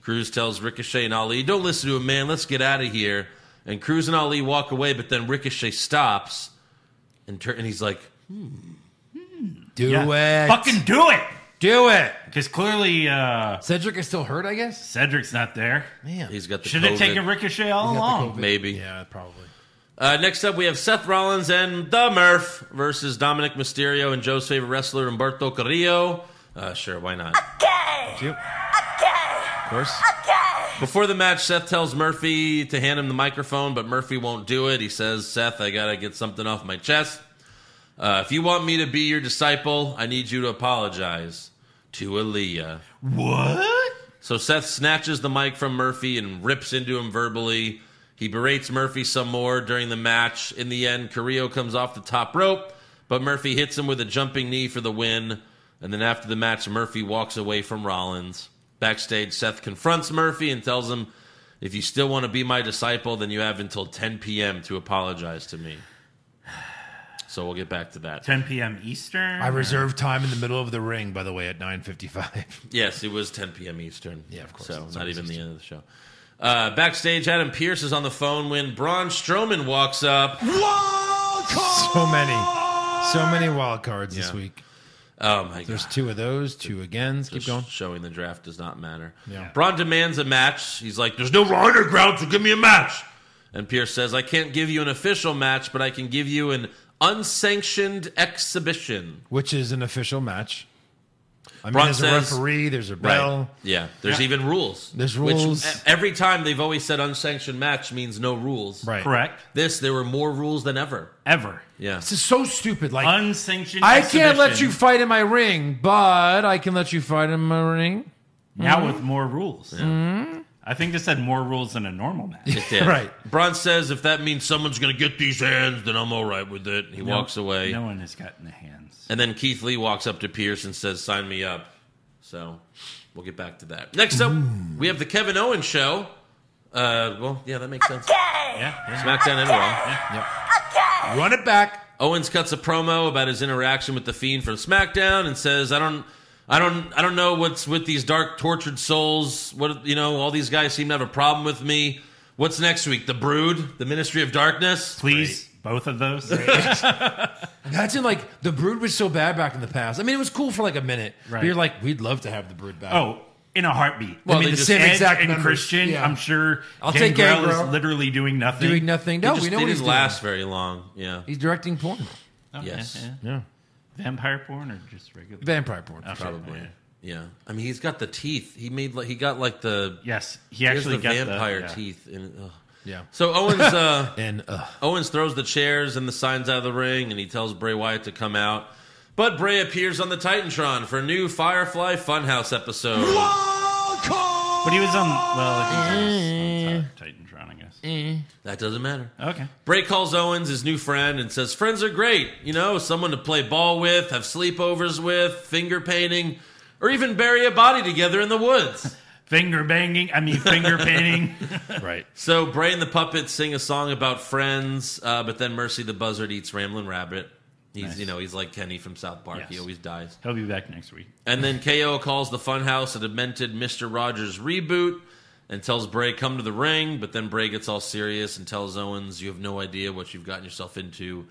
B: Cruz tells Ricochet and Ali, don't listen to him, man. Let's get out of here. And Cruz and Ali walk away, but then Ricochet stops and, tur- and he's like,
C: do
D: Yeah.
C: it,
D: Fucking do it.
C: do it.
D: Because clearly uh,
C: Cedric is still hurt, I guess.
D: Cedric's not there.
C: Man,
B: he's got the
D: Should
B: COVID.
D: have taken Ricochet all
C: He's got the
D: along.
C: COVID.
B: Maybe.
C: yeah, probably.
B: Uh, next up, we have Seth Rollins and The Murph versus Dominic Mysterio and Joe's favorite wrestler, Humberto Carrillo. Uh, sure, why not?
E: Gay.
D: Of course.
E: Gay.
B: Before the match, Seth tells Murphy to hand him the microphone, but Murphy won't do it. He says, Seth, I gotta get something off my chest. Uh, if you want me to be your disciple, I need you to apologize to Aaliyah.
D: What?
B: So Seth snatches the mic from Murphy and rips into him verbally. He berates Murphy some more during the match. In the end, Carrillo comes off the top rope, but Murphy hits him with a jumping knee for the win. And then after the match, Murphy walks away from Rollins. Backstage, Seth confronts Murphy and tells him, If you still want to be my disciple, then you have until 10 p.m. to apologize to me. [sighs] So we'll get back to that.
D: 10 p.m. Eastern.
C: I reserved time in the middle of the ring, by the way, at nine fifty five.
B: Yes, it was 10 p.m. Eastern.
C: Yeah, of course.
B: So
C: It's
B: not
C: always
B: even the
C: Eastern.
B: end of the show. Uh, backstage, Adam Pierce is on the phone when Braun Strowman walks up.
C: [laughs] So many, so many wild cards this
B: Yeah.
C: week.
B: Oh my
C: There's
B: gosh.
C: two of those, two agains. Keep going.
B: Showing the draft does not matter.
C: Yeah.
B: Braun demands a match. He's like, "There's no raw underground, so give me a match." And Pierce says, "I can't give you an official match, but I can give you an unsanctioned exhibition."
C: Which is an official match. I mean,
B: Braun
C: there's
B: says-
C: a referee. There's a bell.
B: Yeah. There's even rules.
C: There's
B: Which,
C: rules.
B: e- every time they've always said unsanctioned match means no rules.
C: Right.
D: Correct.
B: This there were more rules than ever.
D: Ever.
B: Yeah.
C: This is so stupid. Like
D: Unsanctioned.
C: I can't let
D: exhibition,
C: you fight in my ring, but I can let you fight in my ring.
D: now with more rules. I think this had more rules than a normal match.
B: [laughs] It did.
C: Right.
B: Braun says if that means someone's going to get these hands, then I'm all right with it. He walks away.
D: No one has gotten the hands.
B: And then Keith Lee walks up to Pierce and says, Sign me up. So we'll get back to that. Next up, we have the Kevin Owens show. Uh, well, yeah, that makes sense.
E: Gay.
D: Yeah. yeah.
B: SmackDown and Raw.
E: Gay.
C: Run it back.
B: Owens cuts a promo about his interaction with the Fiend from SmackDown and says, "I don't, I don't, I don't know what's with these dark, tortured souls. What you know, all these guys seem to have a problem with me. What's next week? The Brood, the Ministry of Darkness.
D: Please, both of those.
C: Imagine like the brood was so bad back in the past. I mean, it was cool for like a minute. But
D: Right.
C: you're like, we'd love to have the brood back.
D: oh, in a heartbeat.
C: Well,
D: I
C: they
D: mean, the
C: just-
D: same
C: Edge
D: exact
C: and
D: and Christian.
C: Christian,
D: I'm sure.
C: I'll take
D: Gangrel
C: Gangrel.
D: is literally doing nothing.
C: doing nothing.
B: They
C: No,
B: just-
C: we know
B: they
C: what he's
B: didn't
C: doing.
B: last very long. Yeah.
C: He's directing porn,
D: Oh,
B: Yes.
C: Yeah.
D: Vampire porn or just regular?
C: vampire porn.
D: Okay.
B: Probably. Yeah. I mean, he's got the teeth. He made like he got like the
D: Yes, he
B: he has
D: actually
B: the
D: got
B: vampire
D: the, yeah.
B: teeth. In, ugh.
C: Yeah.
B: So Owens uh, [laughs]
C: And uh,
B: Owens throws the chairs and the signs out of the ring, and he tells Bray Wyatt to come out. But Bray appears on the Titantron for a new Firefly Funhouse episode.
D: But he was on. Well, he was on Titantron, I guess.
B: That doesn't matter.
D: Okay.
B: Bray calls Owens his new friend and says, "Friends are great. You know, someone to play ball with, have sleepovers with, finger painting, or even bury a body together in the woods."
D: Finger banging. I mean, finger painting.
C: right.
B: So Bray and the puppets sing a song about friends, uh, but then Mercy the Buzzard eats Ramblin' Rabbit. He's
D: Nice.
B: you know he's like Kenny from South Park. He
D: Yes.
B: always dies.
D: He'll be back next week.
B: And then KO calls the Funhouse a demented Mister Rogers reboot and tells Bray come to the ring. But then Bray gets all serious and tells Owens, "You have no idea what you've gotten yourself into,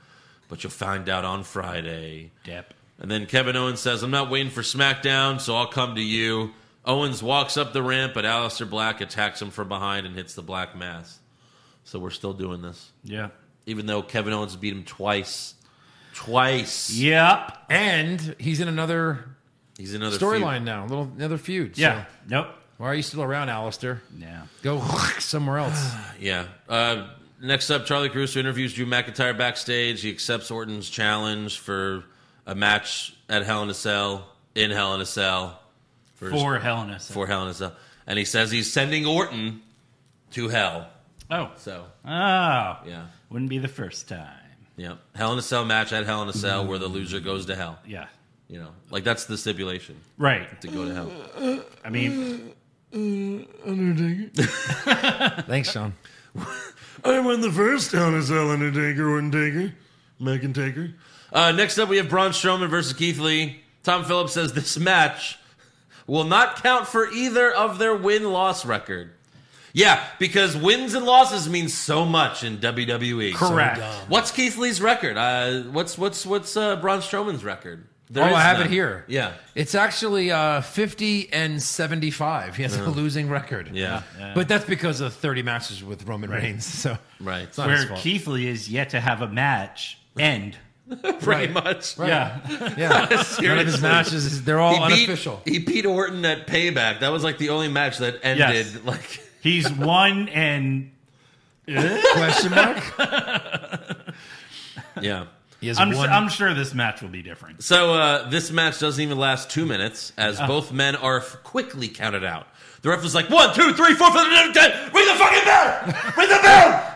B: but you'll find out on Friday."
D: Dep.
B: And then Kevin Owens says, I'm not waiting for SmackDown, so I'll come to you. Owens walks up the ramp, but Aleister Black attacks him from behind and hits the Black Mass. So we're still doing this.
D: Yeah.
B: Even though Kevin Owens beat him twice. Twice.
D: Yep.
C: And he's in another
B: He's another
C: storyline now, a little another feud.
D: Yeah.
C: So
D: Nope.
C: why are you still around, Alistair?
D: Yeah.
C: Go [laughs] somewhere else.
B: feud. Yeah. Uh, next up, Charlie Caruso interviews Drew McIntyre backstage. He accepts Orton's challenge for a match at Hell in a Cell, in Hell in a Cell.
D: for Hell in a Cell.
B: for hell in a cell. And he says he's sending Orton to hell.
D: Oh,
B: So
D: oh,
B: yeah,
D: wouldn't be the first time.
B: yeah. Hell in a cell match at Hell in a Cell where the loser goes to hell.
D: Yeah,
B: You know, like that's the stipulation
D: right.
B: to go to hell.
D: I mean,
C: Thanks, Sean.
B: I won the first Hell in a Cell Undertaker Orton Taker, Megan Taker. Uh, next up, we have Braun Strowman versus Keith Lee. Tom Phillips says this match will not count for either of their win loss record. Yeah, because wins and losses mean so much in WWE.
D: correct.
B: What's Keith Lee's record? Uh, what's what's what's uh, Braun Strowman's record? There
C: Oh,
B: is
C: I have
B: none.
C: it here.
B: Yeah,
C: It's actually uh, 50 and 75. He has a losing record.
B: yeah,
C: But that's because of 30 matches with Roman Reigns. So
B: right.
C: it's not his
D: Where
C: fault.
D: Keith Lee is yet to have a match end.
B: [laughs] Pretty much.
C: Right.
D: Yeah,
B: [laughs]
C: Yeah. None of his matches, they're all
B: He beat,
C: Oh, unofficial.
B: he beat Orton at Payback. That was like the only match that ended
D: Yes.
B: like [laughs]
D: he's won and
C: Question mark?
B: yeah.
C: He has
D: I'm,
C: one.
D: I'm sure this match will be different.
B: So uh, this match doesn't even last two minutes, as both men are f- quickly counted out. The ref was like, one, two, three, four, five, six, seven, ten. Ring the fucking bell! Ring the bell!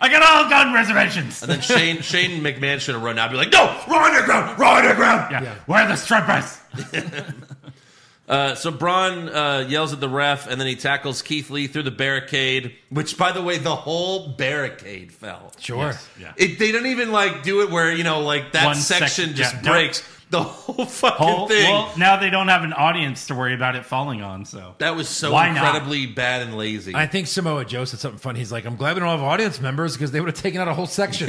D: I got all gun reservations.
B: And then Shane Shane McMahon should have run out and be like, no, raw underground, raw underground.
D: yeah. where are the strippers?
B: Uh, so Braun uh, yells at the ref, and then he tackles Keith Lee through the barricade, which, by the way, the whole barricade fell.
C: sure.
D: Yeah,
B: It, they don't even like do it where you know like that
D: One
B: section
D: sec-
B: just
D: yeah, no.
B: breaks. The whole fucking
D: Well,
B: thing.
D: well, now they don't have an audience to worry about it falling on. So
B: that was so
D: Why not?
B: incredibly bad and lazy.
C: I think Samoa Joe said something fun. He's like, I'm glad we don't have audience members because they would have taken out a whole section.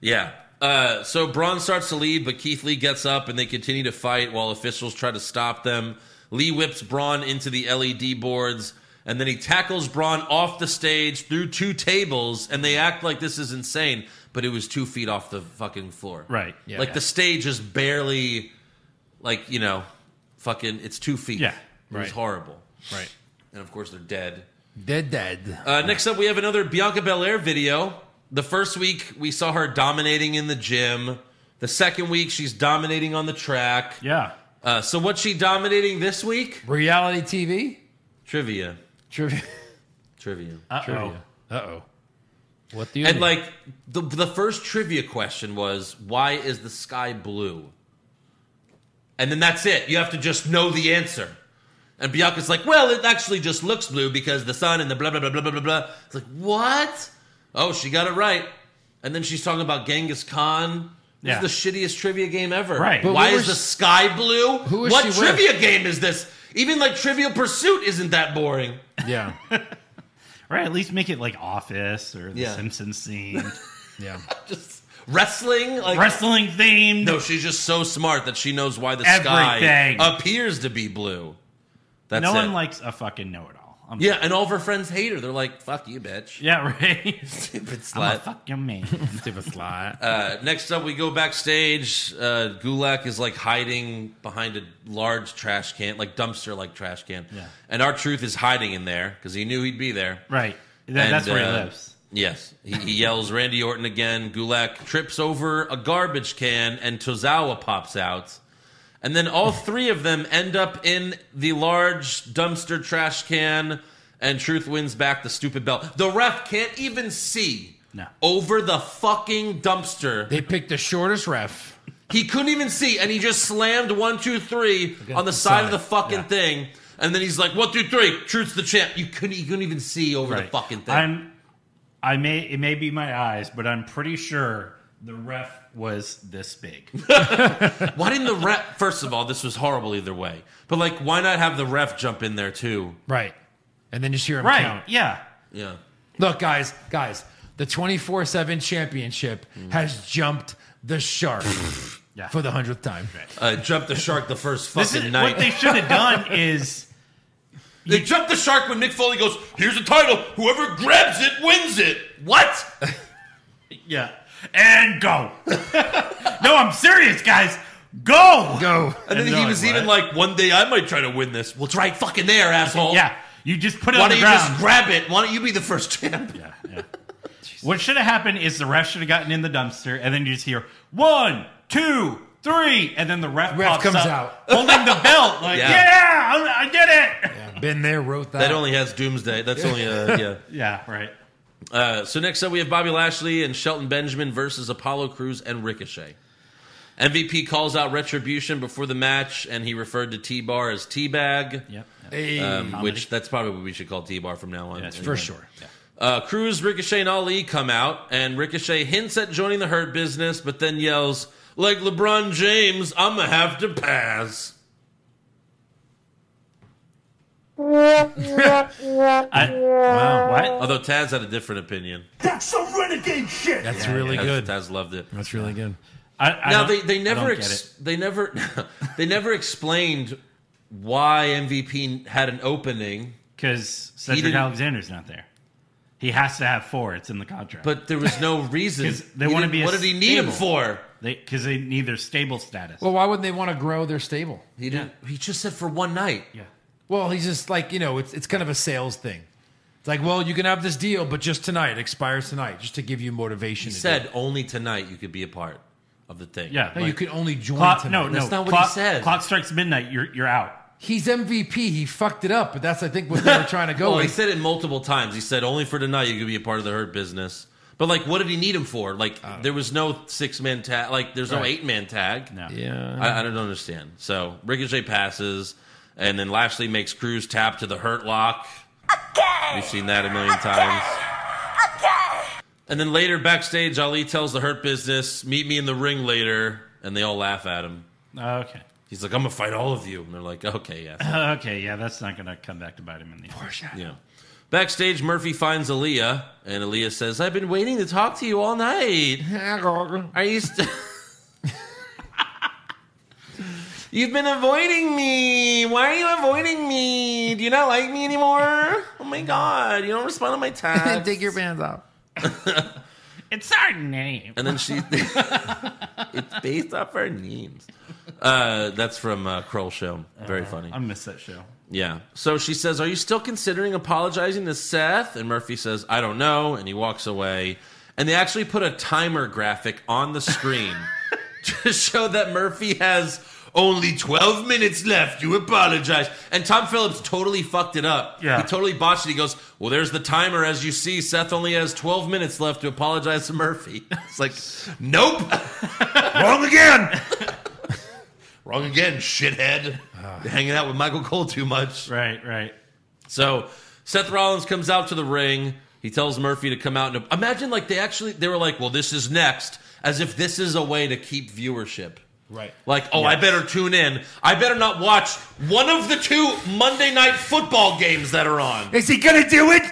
B: yeah. Uh, so Braun starts to leave, but Keith Lee gets up and they continue to fight while officials try to stop them. Lee whips Braun into the LED boards and then he tackles Braun off the stage through two tables and they act like this is insane, but it was two feet off the fucking floor.
D: right. Yeah.
B: like the stage is barely, like, you know, fucking, it's two feet.
D: Yeah,
B: It was
C: right.
B: horrible.
C: Right.
B: And of course, they're dead.
C: Dead, dead.
B: Uh, next up, we have another Bianca Belair video. The first week, we saw her dominating in the gym. The second week, she's dominating on the track.
D: yeah.
B: Uh, so, what's she dominating this week?
C: Reality TV?
B: Trivia.
C: Trivia.
B: Trivia.
D: Uh-oh.
C: Uh oh. What do you
D: Mm.
B: and,
C: mean?
B: like, the, the first trivia question was why is the sky blue? And then that's it. You have to just know the answer. And Bianca's like, well, it actually just looks blue because the sun and the blah, blah, blah, blah, blah, blah, blah. It's like, what? Oh, she got it right. And then she's talking about Genghis Khan. This
D: Yeah.
B: is the shittiest trivia game ever.
D: Right. But
B: Why
C: who
B: is
C: was
B: the
C: she-
B: sky blue?
C: who was
B: what
C: she with?
B: trivia game is this? Even like Trivial Pursuit isn't that boring.
C: yeah.
D: Right, at least make it like Office or the
B: Yeah.
D: Simpsons scene.
C: Yeah.
B: Just wrestling. [laughs] Like,
D: Wrestling themed.
B: no, she's just so smart that she knows why the
D: Everything.
B: sky appears to be blue. That's
D: no
B: it.
D: one likes a fucking know it all.
B: yeah, and all of her friends hate her. They're like, fuck you, bitch.
D: Yeah, right.
B: Stupid
D: [laughs] I'm a
B: slut.
D: fucking
B: [laughs]
D: man. Stupid slut.
B: Uh, next up, we go backstage. Uh, Gulak is like hiding behind a large trash can, like dumpster, like trash can.
D: Yeah.
B: And our truth is hiding in there because he knew he'd be there.
D: [laughs] right. That,
B: And,
D: that's where
B: uh,
D: he lives.
B: Yes, he, he yells Randy Orton again. Gulak trips over a garbage can, and Tozawa pops out. And
D: [laughs]
B: then all three of them end up in the large dumpster trash can, and Truth wins back the stupid belt. The ref can't even see
D: No.
B: over the fucking dumpster.
C: They picked the shortest ref.
B: He couldn't even see, and he just slammed one, two, three on the
C: the
B: side of
C: side.
B: the fucking
D: Yeah.
B: thing. And then he's like, one, two, three, Truth's the champ. You couldn't, you couldn't even see over the
D: Right.
B: fucking thing.
D: I'm. I may. It may be my eyes, but I'm pretty sure the ref was this
B: [laughs]
D: big.
B: Why didn't the ref? First of all, this was horrible either way. But like, why not have the ref jump in there too?
C: Right. And then just hear him
D: right.
C: count.
D: Yeah.
B: Yeah,
C: Look, guys, guys, the 24 7 championship has jumped the shark
D: Yeah.
C: for the hundredth time.
B: uh, jump the shark the first
D: This
B: fucking
D: is
B: night.
D: what they should have done. Is
B: they jumped the shark when Mick Foley goes, "Here's a title. Whoever grabs it wins it." [laughs] What?
D: yeah. And go. [laughs] no, I'm serious, guys. Go.
C: Go.
B: And then
D: And
B: he
D: they're
B: was
D: like,
B: even like, "One day I might try to win this." Well, it's right fucking there, asshole.
D: Yeah. You just put it
B: Why
D: on the
B: don't you
D: ground.
B: just grab it? Why don't you be the first champ?
D: Yeah, [laughs] yeah. what should have happened is the ref should have gotten in the dumpster, and then you just hear one, two, three, and then the ref,
C: Ref
D: pops
C: comes
D: up,
C: out.
D: holding the belt. Like,
B: Yeah.
D: yeah, I, I did it. [laughs] Yeah.
C: Been there, wrote that.
B: That only has Doomsday. That's only uh, yeah.
D: right.
B: Uh, so next up, we have Bobby Lashley and Shelton Benjamin versus Apollo Cruz and Ricochet. MVP calls out Retribution before the match, and he referred to T Bar as T Bag,
D: Yep.
C: Hey,
B: um, which that's probably what we should call T Bar from now on.
D: Yes,
C: for sure.
B: Uh, Cruz, Ricochet, and Ali come out, and Ricochet hints at joining the Hurt Business, but then yells, "Like LeBron James, I'ma have to pass."
D: I, wow. What?
B: Although Taz had a different opinion.
A: That's some renegade shit.
C: That's really
B: Taz,
C: good.
B: Taz loved it.
C: That's really good.
D: I, I
B: Now
D: don't-
B: they, they
D: I
B: never
D: don't get
B: ex-
D: it.
B: they never [laughs] they never explained why MVP had an opening,
D: because
B: didn't-
D: Cedric Alexander's not there. He has to have four. It's in the contract.
B: but there
D: [laughs]
B: was no reason.
D: 'Cause they
B: He
D: wanna
B: didn't-
D: be a
B: what did he need him
D: stable.
B: for?
D: they because they need their stable status.
C: Well, why wouldn't they want to grow their stable?
B: He didn't. He just said for one night.
D: yeah.
C: Well, he's just like, you know, it's, it's kind of a sales thing. It's like, well, you can have this deal, but just tonight, it expires tonight, just to give you motivation.
B: He
C: to
B: said only tonight you could be a part of the thing.
D: Yeah.
C: do it. No, you
D: like-
C: can only join
D: Clock,
C: tonight.
D: no, no.
B: That's not what he
D: clock,
B: said.
D: Clock strikes midnight. You're you're out.
C: He's MVP. He fucked it up, but that's, I think, what they were trying to
B: [laughs]
C: go
B: Oh, he
C: with.
B: said it multiple times. He said only for tonight you could be a part of the hurt business. But like, what did he need him for? Like,
D: Oh.
B: there was no six man tag. Like, there's no eight man tag.
D: No.
C: yeah.
B: I, I don't understand. So Ricochet passes, and then Lashley makes Cruz tap to the Hurt Lock. We've seen that a million times. And then later backstage, Ali tells the Hurt Business, "Meet me in the ring later," and they all laugh at him.
D: Okay. [laughs]
B: He's like, "I'm gonna fight all of you," and they're like, "Okay, yeah,
D: Okay. Yeah, that's not gonna come back to bite him in the.
B: yeah." Backstage, Murphy finds Aaliyah, and Aaliyah says, "I've been waiting to talk to you all night. Are you still?" You've been avoiding me. Why are you avoiding me? Do you not like me anymore? Oh my god, you don't respond to my
C: [laughs]
B: tab.
C: your pants off.
D: It's our name.
B: and then she, [laughs] it's based off our names. Uh, that's from uh, Kroll Show. Very funny.
D: I miss that show.
B: Yeah. So she says, Are you still considering apologizing to Seth? And Murphy says, I don't know. And he walks away. And they actually put a timer graphic on the screen to show that Murphy has only 12 minutes left. You apologize. And Tom Phillips totally fucked it up.
D: Yeah.
B: He totally botched it. He goes, Well, there's the timer. As you see, Seth only has 12 minutes left to apologize to Murphy. [laughs] It's like, Nope. [laughs]
D: Wrong again.
B: Wrong again, shithead. Hanging out with Michael Cole too much.
D: right. Right.
B: So Seth Rollins comes out to the ring. He tells Murphy to come out and imagine like they actually they were like, well, this is next, as if this is a way to keep viewership.
C: Right.
B: Like, oh, I better tune in. I better not watch one of the two Monday night football games that are on.
C: Is he going to do it?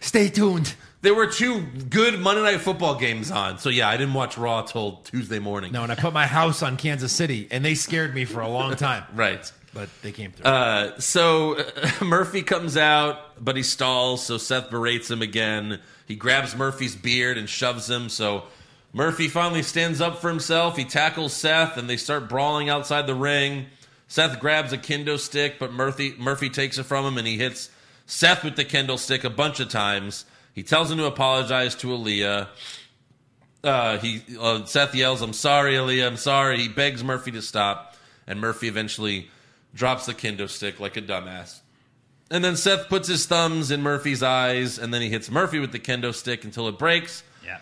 C: Stay tuned.
B: There were two good Monday night football games on. So yeah, I didn't watch Raw till Tuesday morning.
C: No, and I put my house on Kansas City, and they scared me for a long time,
B: Right.
C: but they came through.
B: Uh, so [laughs] Murphy comes out, but he stalls. So Seth berates him again. He grabs Murphy's beard and shoves him. So Murphy finally stands up for himself. He tackles Seth, and they start brawling outside the ring. Seth grabs a kendo stick, but Murphy Murphy takes it from him, and he hits Seth with the kendo stick a bunch of times. He tells him to apologize to Aaliyah. Uh, he uh, Seth yells, "I'm sorry, Aaliyah. I'm sorry." He begs Murphy to stop, and Murphy eventually drops the kendo stick like a dumbass. And then Seth puts his thumbs in Murphy's eyes, and then he hits Murphy with the kendo stick until it breaks.
D: Yeah.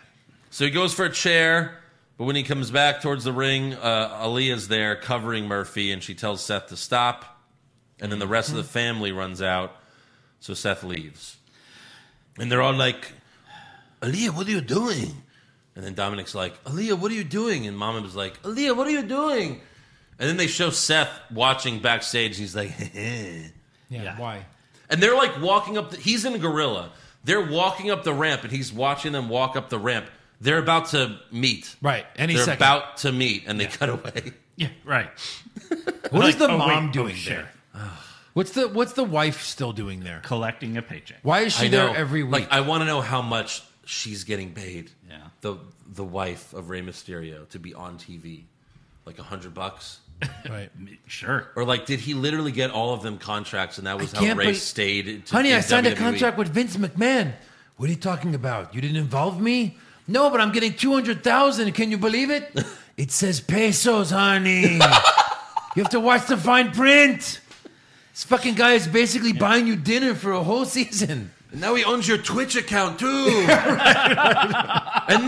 B: So he goes for a chair, but when he comes back towards the ring, uh, Aaliyah's there covering Murphy, and she tells Seth to stop. And then the rest of the family runs out, so Seth leaves. And they're all like, Aaliyah, what are you doing? And then Dominic's like, Aaliyah, what are you doing? And Mama was like, Aaliyah, what are you doing? And then they show Seth watching backstage, and he's like, [laughs]
C: yeah,
D: yeah.
C: Why?
B: And they're like walking up. The, he's in gorilla. They're walking up the ramp, and he's watching them walk up the ramp. They're about to meet.
C: Right. Any
B: They're
C: second.
B: about to meet, and they cut away.
D: Yeah. Right.
C: What is
D: Like,
C: the
D: oh,
C: mom
D: wait,
C: doing
D: oh,
C: there?
D: shit.
C: What's the What's the wife still doing there?
D: Collecting a paycheck.
C: Why is
B: [laughs]
C: she
B: I
C: there
B: know.
C: every week?
B: Like, I want to know how much she's getting paid.
D: Yeah.
B: The the wife of Rey Mysterio to be on TV, like a hundred bucks,
C: right.
D: Sure.
B: or like did he literally get all of them contracts, and that was how Rey
C: can't believe-
B: stayed? To E?
C: Honey,
B: in
C: I signed a
B: WWE?
C: contract with Vince McMahon. What are you talking about? You didn't involve me? No, but I'm getting 200,000. Can you
B: [laughs]
C: believe it? it says pesos, honey. you have to watch the fine print. This fucking guy is basically buying you dinner for a whole season.
B: And now he owns your Twitch account too, [laughs] and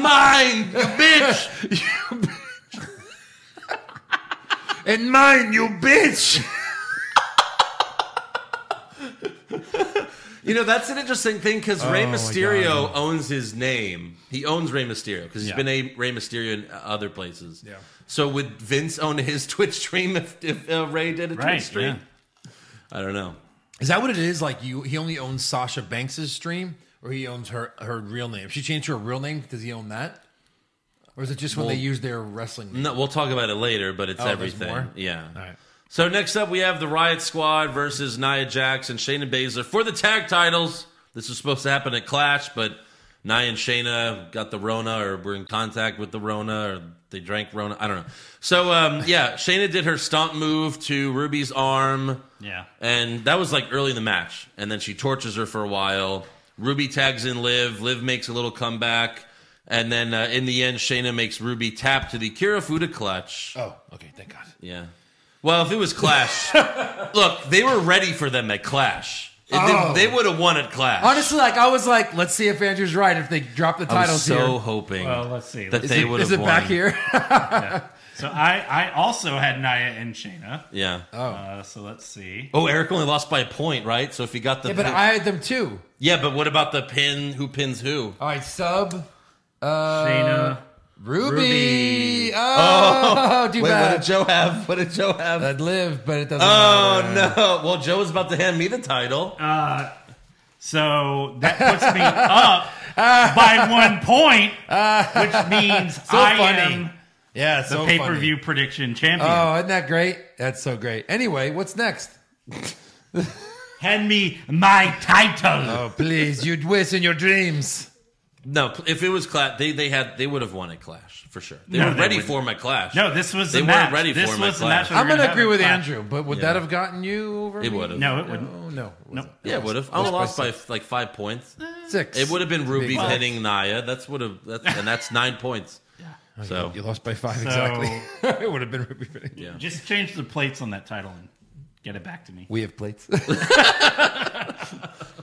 B: mine, you bitch.
C: And mine,
B: [laughs]
C: you bitch.
B: You know that's an interesting thing because Rey
C: my
B: Mysterio owns his name. He owns Rey Mysterio because he's
D: Yeah.
B: been a Rey Mysterio in uh, other places. Yeah. So would Vince own his [laughs] Twitch stream if, if uh, Ray did a
D: Right,
B: Twitch stream?
D: yeah.
B: I don't know.
C: Is that what it is? Like you, he only owns Sasha Banks' stream, or he owns her her real name. She changed her real name. Does he own that, or is it just when they use their wrestling name?
B: No, we'll talk about it later, but it's
C: Oh, there's
B: everything.
C: more?
B: Yeah.
C: All mm, right.
B: So next up, we have the Riot Squad versus Nia Jax and Shayna Baszler for the tag titles. This was supposed to happen at Clash, but Nia and Shayna got the Rona, or were in contact with the Rona, or they drank Rona. I don't know. So um, yeah, Shayna did her stomp move to Ruby's arm.
D: Yeah.
B: And that was like early in the match. And then she tortures her for a while. Ruby tags in Liv. Liv makes a little comeback. And then uh, in the end, Shayna makes Ruby tap to the Kirifuda clutch.
C: Oh, okay, thank God.
B: Yeah. Well, if it was Clash, look, they were ready for them at Clash. If
C: Oh.
B: They, they would have won at Clash.
C: Honestly, like I was like, let's see if Andrew's right. If they drop the
B: I
C: titles
B: was so
C: here,
B: hoping
D: Well, let's see.
B: that
D: Let's-
B: they
C: Is it-
B: would have
C: is it
B: won.
C: back
B: [laughs]
C: here?
D: so I, I also had Naya and Shayna.
B: Yeah. Oh.
D: Uh, so let's see.
B: Eric only lost by a point, right? So if he got the
C: yeah, but
B: pin-
C: I had them too.
B: yeah, but what about the pin? Who pins who?
C: All right, sub uh,
D: Shayna.
C: Ruby.
D: Ruby.
C: Oh, [laughs] too
B: Wait, what did
C: bad.
B: Joe have? What did Joe have?
C: I'd live, but it doesn't.
B: Oh
C: matter.
B: no! Well, Joe was about to hand me the title.
D: So that puts me up by one point, which means I
C: funny.
D: am
C: Yeah, it's
D: the
C: so
D: pay
C: funny.
D: per view prediction champion.
C: Oh, isn't that great? That's so great. Anyway, what's next?
D: Hand me my title.
C: Oh, please, you'd waste in your dreams.
B: No, pl- if it was Clash, they they had they would have won at Clash for sure. They
D: No,
B: were
D: they
B: ready
D: wouldn't.
B: for my Clash.
D: No, this was
B: They
D: the
B: weren't
D: match.
B: ready
D: this
B: for my
D: was the
B: clash.
D: match. we
C: I'm
D: were
C: going to
D: have
C: agree
D: in
C: with
D: class.
C: Andrew, but would that have gotten you over?
B: It
C: me?
B: would've.
D: No, it wouldn't.
C: Oh, no. it
D: Nope.
C: wasn't.
B: yeah, would have. I only lost by like five points.
C: Six.
B: It would have been Ruby
C: Well-
B: hitting Naya. That's would have, that's, and that's nine points. Yeah. So
C: You lost by five,
D: So-
C: exactly. [laughs] it would have been Ruby Finney.
B: yeah.
D: Just change the plates on that title and get it back to me.
C: We have plates. [laughs]
B: we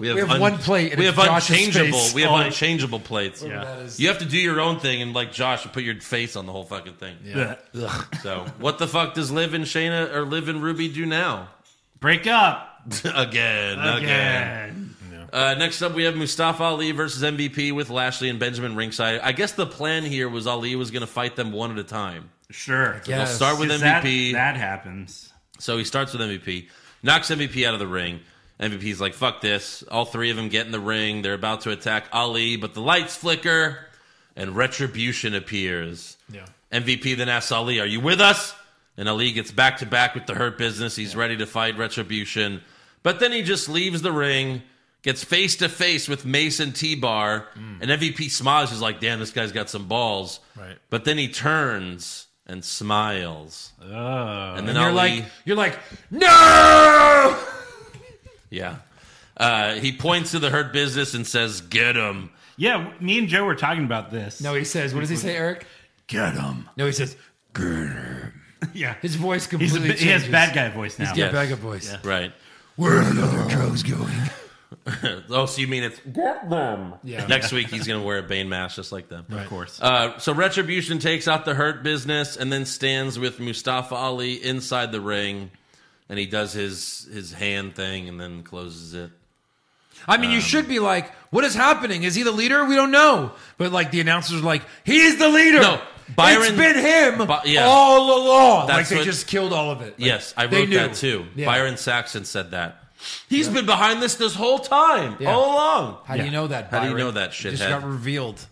B: have,
C: have one plate and
B: We
C: it's
B: have
C: Josh's
B: unchangeable.
C: face.
B: We have
D: Oh.
B: unchangeable plates.
D: Yeah.
C: That is-
B: You have to do your own thing, and like Josh, you put your face on the whole fucking thing.
D: Ugh.
B: So what the fuck does Liv and Shayna or Liv and Ruby do now? [laughs]
D: Break up
B: again, again.
D: again.
B: Uh, next up, we have Mustafa Ali versus MVP with Lashley and Benjamin ringside. I guess the plan here was Ali was going to fight them one at a time.
D: Sure.
C: guess.
B: They'll
C: Yes.
B: start with
D: 'Cause
B: MVP.
D: That, that happens.
B: So he starts with MVP, knocks MVP out of the ring. MVP's like, fuck this. All three of them get in the ring. They're about to attack Ali, but the lights flicker and retribution appears.
C: Yeah.
B: MVP then asks Ali, Are you with us? And Ali gets back to back with the Hurt Business. He's ready to fight retribution. But then he just leaves the ring, gets face to face with Mason T Bar, and MVP smiles. He's like, Damn, this guy's got some balls.
C: Hmm. Right.
B: But then he turns and smiles. and then
C: Oh. you're
B: Ali.
C: like, you're like, no!
B: Yeah. Uh, he points to the hurt business and says, "Get him."
D: Yeah, me and Joe were talking about this.
C: No, he says, what does he say, Eric?
D: get him.
C: No, he says,
D: Yeah.
C: his voice
D: He's
C: completely
D: a, bit- he has
C: changes.
D: bad guy voice now.
C: Yeah,
B: Yes.
C: bad guy voice.
B: Right.
C: Where are the other crows going?
B: Oh, so you mean it's get them?
C: Yeah.
B: Next week he's gonna wear a Bane mask just like them.
D: Of course.
B: Uh, so Retribution takes out the hurt business and then stands with Mustafa Ali inside the ring, and he does his his hand thing and then closes it.
C: I mean,
B: Um,
C: you should be like, what is happening? Is he the leader? We don't know. But like the announcers are like, he's the leader.
B: No, Byron-
C: it's been him
B: Bi- yeah.
C: all along. like
B: That's
C: they
B: what-
C: just killed all of it. Like,
B: yes, I
C: they
B: wrote that
C: knew.
B: too.
C: Yeah.
B: Byron Saxon said that. He's been behind this this whole time, all along.
C: How do you know that?
B: How do you
C: Byron?
B: know that,
C: It Just
B: shithead?
C: got revealed.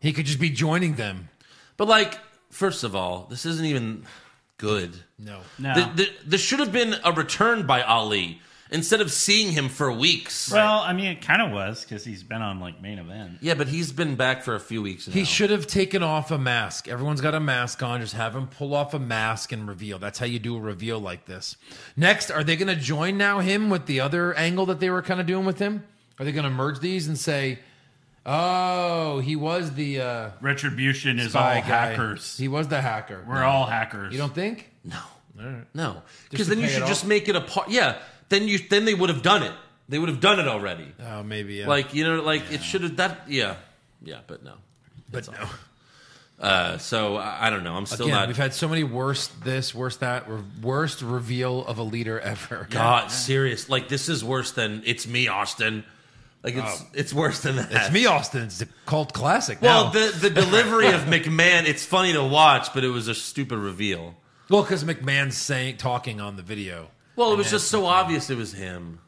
C: He could just be joining them.
B: But like, first of all, this isn't even good.
C: No.
D: no.
B: Th th this should have been a return by Ali instead of seeing him for weeks.
D: well, I mean, it kind of was because he's been on like main event.
B: Yeah, but he's been back for a few weeks. Now.
C: He should have taken off a mask. Everyone's got a mask on. Just have him pull off a mask and reveal. That's how you do a reveal like this. Next, are they going to join now him with the other angle that they were kind of doing with him? Are they going to merge these and say Oh, he was the uh,
D: Retribution is
C: spy
D: all
C: guy.
D: hackers.
C: He was the hacker.
D: We're all hackers.
C: You don't think?
B: No, no, because
C: to
B: then you
C: pay it
B: should
C: off?
B: just make it a part. Yeah, then you then they would have done it. They would have done it already.
C: Oh, maybe. Yeah.
B: Like you know, like it should have that. Yeah, yeah, but no.
C: but no.
B: Uh, so I, I don't know. I'm still
C: Again,
B: not.
C: we've had so many worst this, worst that, or worst reveal of a leader [laughs] ever.
B: God, serious. Like this is worse than it's me, Austin. Like it's it's worse than that.
C: Oh. It's me, Austin. It's a cult classic.
B: Well,
C: now.
B: the the delivery
C: [laughs]
B: of McMahon, it's funny to watch, but it was a stupid reveal.
C: well, because McMahon's saying talking on the video.
B: Well, it was just so obvious it was him.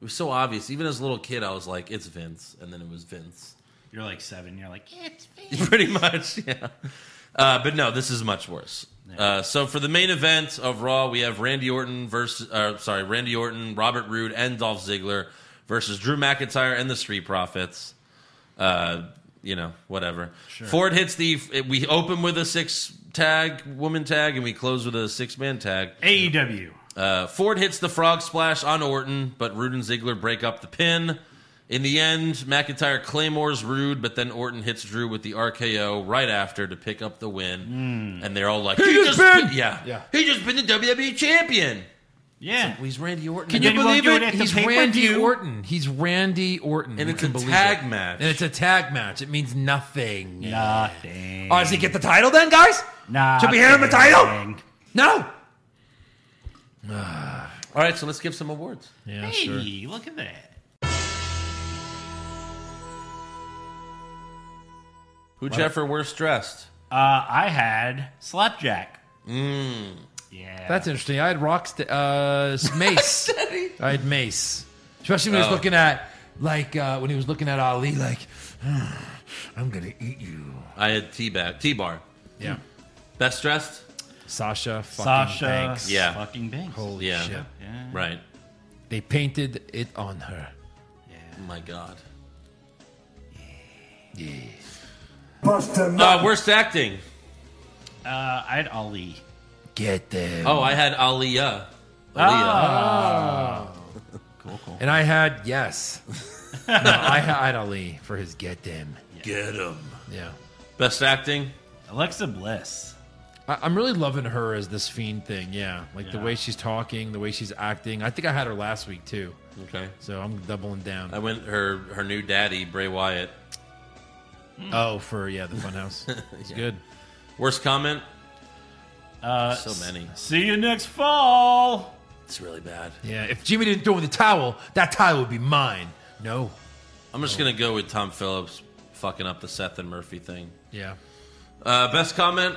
B: It was so obvious. Even as a little kid, I was like, "It's Vince," and then it was Vince. [laughs]
D: You're like seven. You're like, it's me.
B: Pretty much, yeah. Uh, but no, this is much worse. Uh, so for the main event of Raw, we have Randy Orton versus, uh, sorry, Randy Orton, Robert Roode, and Dolph Ziggler versus Drew McIntyre and the Street Profits. Uh, you know, whatever. Ford hits the. We open with a six tag woman tag, and we close with a six man tag.
D: AEW.
B: Uh, Ford hits the frog splash on Orton, but Rude and Ziggler break up the pin. In the end, McIntyre claymores Rude, but then Orton hits Drew with the RKO right after to pick up the win. And they're all like, "He,
C: Hmm. just been-
B: yeah,
C: Yeah.
B: he just been the WWE champion."
D: Yeah.
B: Well, he's Randy Orton.
D: Can you
B: And-
D: Anyone do it at the
C: He's
D: pay-per-view?
C: Randy Orton. He's Randy Orton.
B: And
C: We
B: it's a
C: can believe
B: tag
C: it.
B: match.
C: And it's a tag match. It means nothing.
D: Nothing.
C: Oh, does he get the title then, guys?
D: Nothing.
C: Should we hand him the title? No.
B: all right, so let's give some awards.
C: Yeah,
D: Hey, look at that.
B: Who Jeff are worst dressed?
D: Uh, I had Slapjack. Mm. Yeah.
C: That's interesting. I had rocks. uh,
B: [laughs]
C: mace. I had mace, especially
B: Oh.
C: when he was looking at like uh, when he was looking at Ali, like "Hmm, I'm gonna eat you.
B: I had T bag T bar
C: Yeah,
B: best dressed.
C: Sasha. Fucking
D: Sasha
C: Banks.
B: Yeah.
D: fucking Banks.
C: Holy
B: Yeah.
C: shit!
D: Yeah.
B: Right.
C: They painted it on her.
B: Oh my God.
C: Yeah.
B: Uh, worst acting.
D: Uh, I had Ali.
C: Get them.
B: Oh, I had Aliyah. Aliyah.
C: Ah.
D: Cool, cool.
C: And I had yes. no, I had Ali for his get them.
B: Get him.
C: Yeah.
B: Best acting.
D: Alexa Bliss.
C: I- I'm really loving her as this fiend thing. Yeah. Like the
D: Yeah.
C: way she's talking, the way she's acting. I think I had her last week too.
B: Okay.
C: So I'm doubling down.
B: I went her her new daddy Bray Wyatt.
C: Oh, for yeah, the funhouse. It's good.
B: Worst comment.
D: Uh,
B: So many.
D: See you next fall.
B: It's really bad.
C: Yeah, if Jimmy didn't throw in the towel, that towel would be mine. No.
B: I'm just gonna go with Tom Phillips fucking up the Seth and Murphy thing.
C: Yeah.
B: Uh, best comment.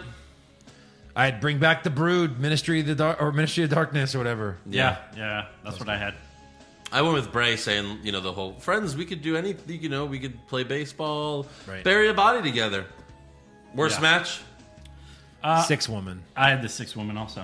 C: I'd bring back the brood, Ministry of the Dark or Ministry of Darkness or whatever.
D: Yeah, that's what I had.
B: I went with Bray saying, you know, the whole friends. We could do anything. You know, we could play baseball,
C: Right.
B: bury a body together. Worst
C: Yeah.
B: match.
C: Six woman.
D: I had the six woman also.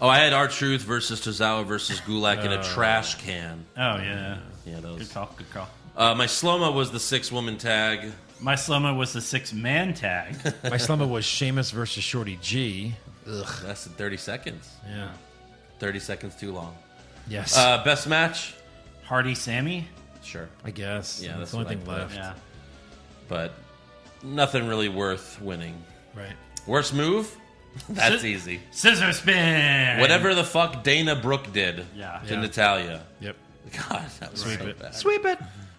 B: Oh, I had our truth versus Tozawa versus Gulak in a trash can.
D: Oh yeah.
B: Yeah, that
D: Good
B: was.
D: call. Good call.
B: Uh, my slow mo was the six woman tag.
D: My slumber was the six man
B: [laughs]
D: tag.
C: My slumber was Seamus versus Shorty G. Ugh.
B: That's in 30 seconds.
C: Yeah.
B: 30 seconds too long.
C: Yes.
B: Uh, best match?
D: Hardy Sammy.
B: Sure.
C: I guess.
B: yeah, that's
C: the only
B: what I
C: thing
B: put.
C: left.
D: Yeah.
B: But nothing really worth winning.
C: Right.
B: Worst move? That's
D: Sci-
B: easy.
D: Scissor spin.
B: Whatever the fuck Dana Brooke did
D: Yeah.
B: to
C: Yeah.
B: Natalia. [laughs]
C: Yep.
B: God, that was so
D: it.
B: bad.
C: Sweep it.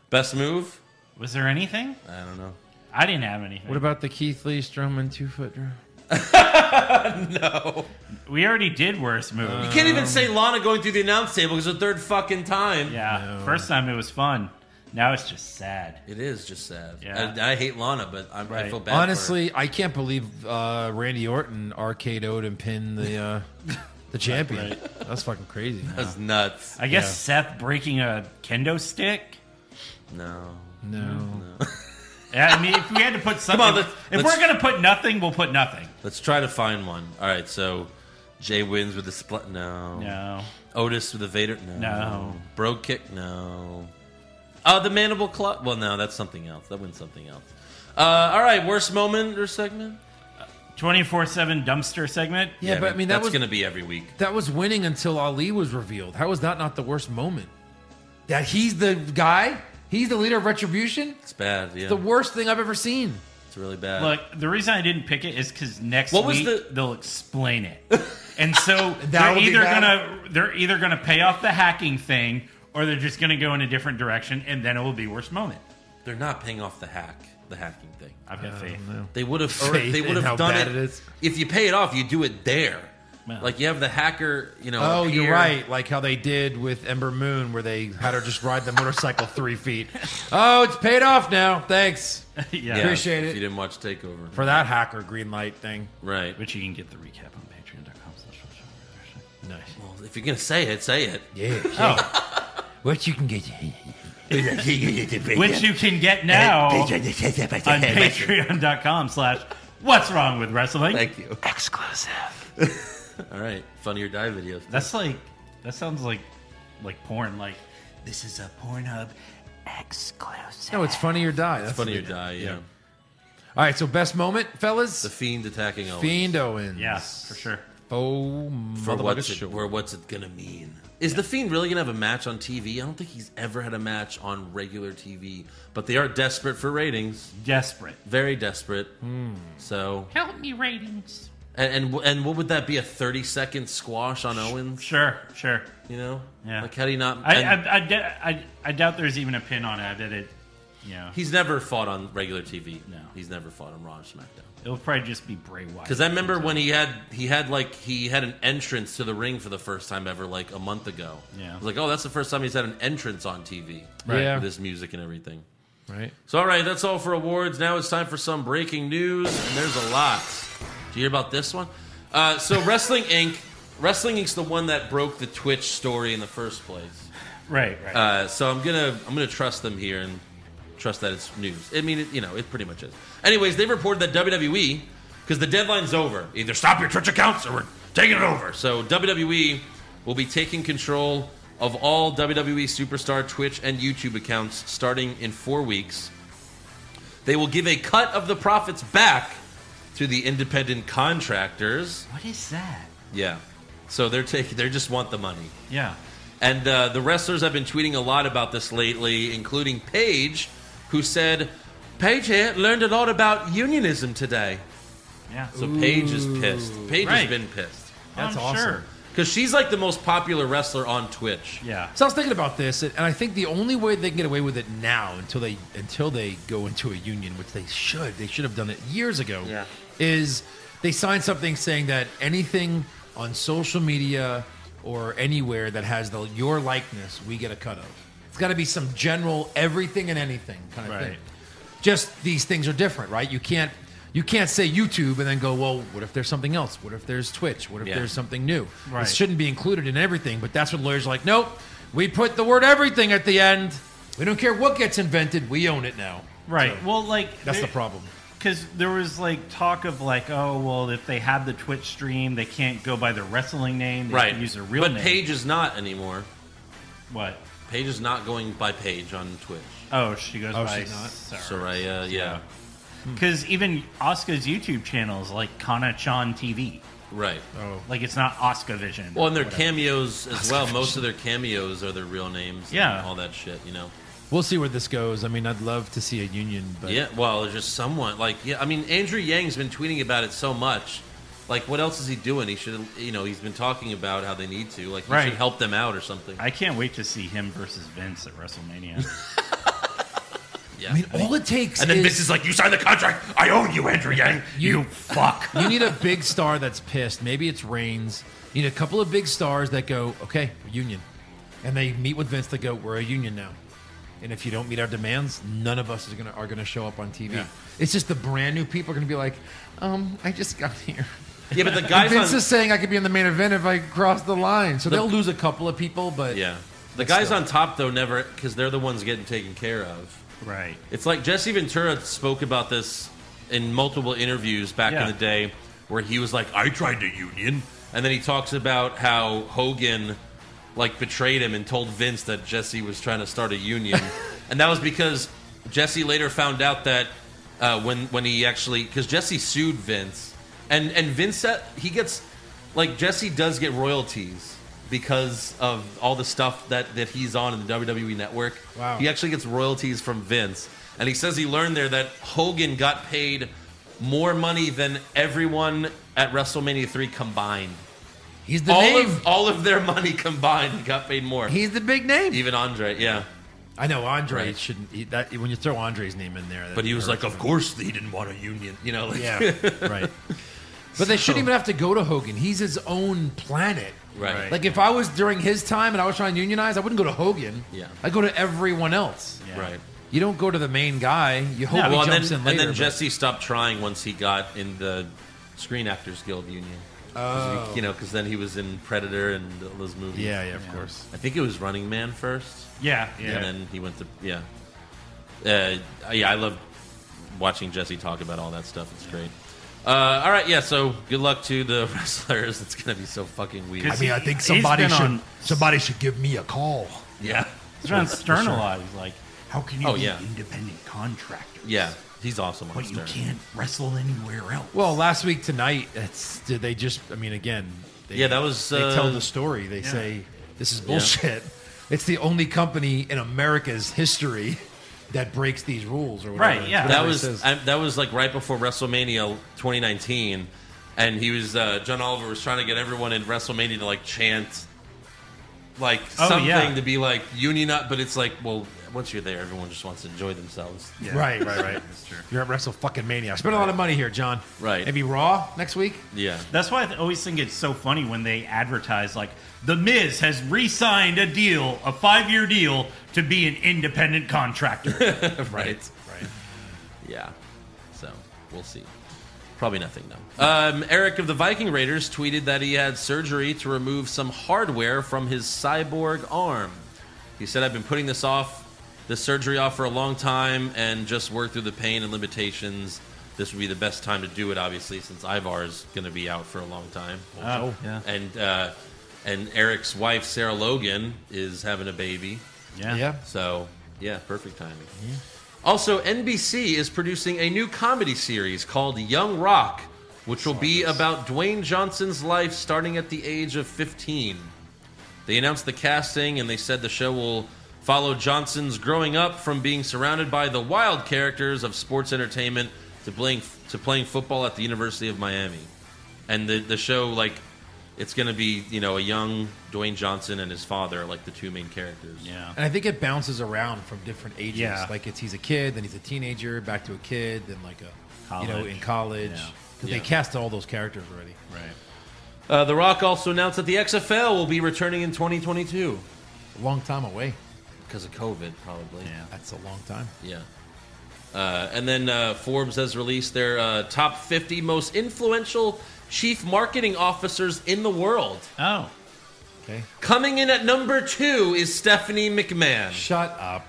B: Best move?
D: Was there anything?
B: I don't know.
D: I didn't have anything.
C: What about the Keith Lee Strowman two foot drop?
D: we already did worst move.
B: You can't even say Lana going through the announce table because the third fucking time.
D: yeah.
C: No.
D: First time it was fun. Now it's just sad.
B: It is just sad.
D: Yeah.
B: And I, hate Lana, but I'm, I
D: Right.
B: feel bad. for her.
C: Honestly, I can't believe uh, Randy Orton arcadeoed and pinned
B: [laughs]
C: the uh, the champion. That's fucking crazy.
B: that's nuts.
D: I guess Seth breaking a kendo stick.
B: no.
C: no.
D: Yeah, I mean, if we had to
B: [laughs]
D: put something,
B: on, let's-
D: if
B: let's-
D: we're gonna put nothing, we'll put nothing.
B: Let's try to find one. All right, so Jay wins with the split. No.
D: No,
B: Otis with the Vader? No.
D: No.
B: Bro kick? No. Uh, the Mandible Club? Well, no, that's something else. That wins something else. Uh, all right, worst moment or segment?
D: twenty four seven dumpster segment.
C: Yeah, but I mean that
B: that's
C: was
B: going to be every week.
C: that was winning until Ali was revealed. How is that not the worst moment? That he's the guy. He's the leader of Retribution.
B: It's bad. Yeah,
C: The worst thing I've ever seen.
B: it's really bad.
D: Look, the reason I didn't pick it is because next
B: What was
D: week
B: the-
D: they'll explain
B: [laughs]
D: it, and so they're
C: That'll be
D: either
C: bad.
D: gonna they're either gonna pay off the hacking thing, or they're just gonna go in a different direction, and then it will be worst moment.
B: They're not paying off the hack, the hacking thing.
D: I've got faith.
B: They would
C: [laughs]
B: have.
C: Faith
B: They would
C: in how
B: have done
C: bad
B: it.
C: it is.
B: If you pay it off, you do it there.
D: Yeah.
B: Like you have the hacker. You know.
C: Oh,
B: appear.
C: you're right. Like how they did with Ember Moon, where they had her just ride the motorcycle three feet. [laughs] Oh, it's paid off now. Thanks
D: [laughs] yeah.
B: Yeah,
C: Appreciate
B: if
C: it.
B: You didn't watch Takeover,
C: for that hacker green light thing.
B: right?
D: But you can get the recap on patreon.com. slash
C: Nice.
B: Well, if you're gonna say it, say it.
C: Yeah. [laughs]
D: Oh,
C: What you can get?
D: which you can get now on patreon.com slash what's wrong with wrestling.
B: Thank you. Exclusive. All right, funnier die videos.
D: That's like that sounds like like porn. Like this is a Pornhub
C: No, it's funny or die. That's
B: Funnier die. Yeah.
C: All right. So best moment,
B: The
C: fellas.
B: fiend attacking Owen.
C: Fiend Owens.
D: Yes, for sure.
C: Oh,
B: For what's, it,
C: motherfucker.
B: for what's it gonna mean? Is the Fiend really gonna have a match on TV? I don't think he's ever had a match on regular TV, but they are desperate for ratings.
D: Desperate.
B: Very desperate.
D: Hmm.
B: So
D: Help me ratings.
B: and, and and what would that be a thirty second squash on Owens?
D: Sure, sure.
B: You know,
D: Yeah.
B: Like how do you not?
D: I
B: and
D: I, I, d- I- I doubt there's even a pin on it. I bet it. Yeah,
B: he's never fought on regular TV.
D: No.
B: he's never fought on Raw or SmackDown.
D: it'll probably just be Bray Wyatt.
B: Because I remember when he had he had like he had an entrance to the ring for the first time ever, like a month ago.
D: Yeah.
B: I was like, oh, that's the first time he's had an entrance on TV.
C: Right. Yeah.
B: with his music and everything.
C: Right.
B: So all right, that's all for awards. Now it's time for some breaking news, and there's a lot. Do you hear about this one? Uh, so Wrestling Inc. Wrestling Inc.'s the one that broke the Twitch story in the first place.
D: right, right.
B: Uh, so I'm gonna I'm gonna trust them here and trust that it's news. I mean, it, you know, it pretty much is. Anyways, they reported that WWE because the deadline's over. Either stop your Twitch accounts or we're taking it over. So WWE will be taking control of all WWE superstar Twitch and YouTube accounts starting in four weeks. They will give a cut of the profits back to the independent contractors.
D: what is that?
B: Yeah. So they're taking they just want the money.
D: Yeah,
B: And uh, the wrestlers have been tweeting a lot about this lately, including Paige, who said, Paige here learned a lot about unionism today.
D: yeah.
B: So Paige is pissed. Paige
D: Right.
B: has been pissed.
C: That's
D: I'm
C: awesome.
D: Sure.
B: Because she's like the most popular wrestler on Twitch.
D: Yeah.
C: So I was thinking about this, and I think the only way they can get away with it now, until they until they go into a union, which they should, they should have done it years ago,
B: Yeah.
C: is they sign something saying that anything on social media or anywhere that has the your likeness, we get a cut of. It's got to be some general everything and anything kind of thing.
D: Right.
C: Just these things are different, right? You can't you can't say YouTube and then go, well, what if there's something else? What if there's Twitch? What if
B: Yeah.
C: there's something new?
D: Right.
C: It shouldn't be included in everything, but that's what lawyers are like. Nope, we put the word everything at the end. We don't care what gets invented. We own it now.
D: Right. well, like
C: That's the
D: there-
C: problem.
D: Because there was like talk of like, oh well, if they have the Twitch stream, they can't go by their wrestling name. They have
B: Right.
D: to Use their real
B: but
D: name.
B: Paige is not anymore.
D: What?
B: Paige is not going by Paige on Twitch.
D: Oh, she goes
C: Oh,
D: by.
C: she's not? Hmm.
D: Sarah.
B: Soraya, yeah.
D: Because even Oscar's YouTube channel is like Kana Chan TV.
B: Right.
C: Oh,
D: Like it's not Oscar Vision.
B: Well, and their cameos as well. Most of their cameos are their real names. and
D: Yeah.
B: all that shit, you know?
C: we'll see where this goes. I mean, I'd love to see a union, but
B: Yeah, well, it's just someone like yeah. I mean, Andrew Yang's been tweeting about it so much. Like, what else is he doing? He should, you know, he's been talking about how they need to. Like, he
D: Right.
B: should help them out or something.
D: I can't wait to see him versus Vince at WrestleMania.
B: yeah.
C: I mean, all it takes
B: and then
C: is,
B: Vince is like, "You signed the contract. [laughs] I own you, Andrew
D: [laughs]
B: Yang.
C: You-
B: You, fuck."
C: you need a big star that's pissed. Maybe it's Reigns. You need a couple of big stars that go, okay, we're union, and they meet with Vince. They go, we're a union now. And if you don't meet our demands, none of us is gonna are gonna show up on TV. It's just the brand new people are gonna be like, um, I just got here.
B: yeah, but the guys
C: Vince
B: on
C: is saying I could be in the main event if I cross the line. So
B: The-
C: they'll lose a couple of people, but
B: yeah, the
C: But
B: guys
C: still.
B: on top though never because they're the ones getting taken care of.
D: right.
B: It's like Jesse Ventura spoke about this in multiple interviews back
D: Yeah.
B: in the day, where he was like, "I tried to union," and then he talks about how Hogan like betrayed him and told Vince that Jesse was trying to start a union, and that was because Jesse later found out that uh, when when he actually because Jesse sued Vince, and and Vince uh, he gets like Jesse does get royalties. because of all the stuff that, that he's on in the WWE network.
F: Wow.
B: He actually gets royalties from Vince. And he says he learned there that Hogan got paid more money than everyone at WrestleMania 3 combined.
C: He's the
B: All
C: name.
B: of, all of their money combined, he got paid more.
C: He's the big name.
B: Even Andre, yeah.
F: I know Andre
B: Right.
F: shouldn't. He, that, when you throw Andre's name in there, that
B: But he was like,
F: hurts.
B: of course he didn't want a union. You
C: [laughs]
B: know, like, [laughs]
F: yeah, right.
C: But they shouldn't even have to go to Hogan. He's his own planet.
B: Right.
F: Right.
C: Like if I was during his time and I was trying to unionize, I wouldn't go to Hogan.
B: Yeah.
C: I go to everyone else.
F: Yeah.
B: right.
C: You don't go to the main guy. You hope
B: Yeah,
C: he
B: well, and
C: jumps
B: then,
C: in later.
B: and then
C: but-
B: Jesse stopped trying once he got in the Screen Actors Guild Union. 'Cause he- You know, because then he was in Predator and all those movies.
F: Yeah, yeah, of course.
B: I think it was Running Man first,
D: Yeah, yeah.
B: and then he went to yeah. Uh, yeah, I love watching Jesse talk about all that stuff. It's great. Uh, all right, yeah. So good luck to the [laughs] wrestlers. It's gonna be so fucking weird.
F: I mean, I think
D: He's
F: somebody
D: been
F: should
D: on-
F: somebody should give me a call.
B: Yeah,
D: He's around Sternalized. Like, how can you
B: Oh,
D: be
B: yeah.
D: an independent contractor?
B: yeah. He's awesome. On
D: But you
B: Stern.
D: can't wrestle anywhere else.
F: Well, last week tonight, that's did they just? I mean, again, they,
B: Yeah, that was,
F: They
B: uh,
F: tell the story. They say this is bullshit. It's the only company in America's history that breaks these rules, or whatever.
D: Right, yeah.
F: It's whatever
B: that
F: it
B: was
F: says.
B: I, that was like right before WrestleMania 2019, and he was uh, John Oliver was trying to get everyone in WrestleMania to like chant like
D: Oh,
B: something
D: yeah.
B: to be like union up, but it's like well once you're there, everyone just wants to enjoy themselves.
F: [laughs] Right, right, right. That's true. You're at Wrestle Fucking Mania. I spent a lot of money here, John.
B: Right.
F: Maybe Raw next week.
B: Yeah,
D: That's why I always think it's so funny when they advertise, like, The Miz has re signed a deal, a five year deal, to be an independent contractor.
B: right,
F: Right.
B: [laughs] yeah. So we'll see. Probably nothing though. Um, Eric of the Viking Raiders tweeted that he had surgery to remove some hardware from his cyborg arm. He said, "I've been putting this off, this surgery off for a long time, and just work through the pain and limitations. This would be the best time to do it, obviously, since Ivar's going to be out for a long time.
D: Oh, yeah.
B: And uh, and Eric's wife Sarah Logan is having a baby,
D: yeah.
F: Yeah.
B: so yeah, perfect timing. Also, NBC is producing a new comedy series called Young Rock, which will be about Dwayne Johnson's life starting at the age of 15. They announced the casting and they said the show will follow Johnson's growing up from being surrounded by the wild characters of sports entertainment to playing to playing football at the University of Miami. And the the show like it's going to be, you know, a young Dwayne Johnson and his father are like the two main characters.
D: Yeah.
F: And I think it bounces around from different ages.
D: Yeah.
F: Like it's he's a kid, then he's a teenager, back to a kid, then like a you know
D: College.
F: in college.
D: Yeah.
F: 'Cause
B: Yeah.
F: they cast all those characters already.
D: Right.
B: Uh, the Rock also announced that the XFL will be returning in 2022
F: A long time away.
B: because of COVID, probably.
D: Yeah.
F: That's a long time.
B: Yeah. Uh, and then uh, Forbes has released their uh, top 50 most influential chief marketing officers in the world.
D: Oh.
F: Okay.
B: Coming in at number two is Stephanie McMahon.
F: Shut up.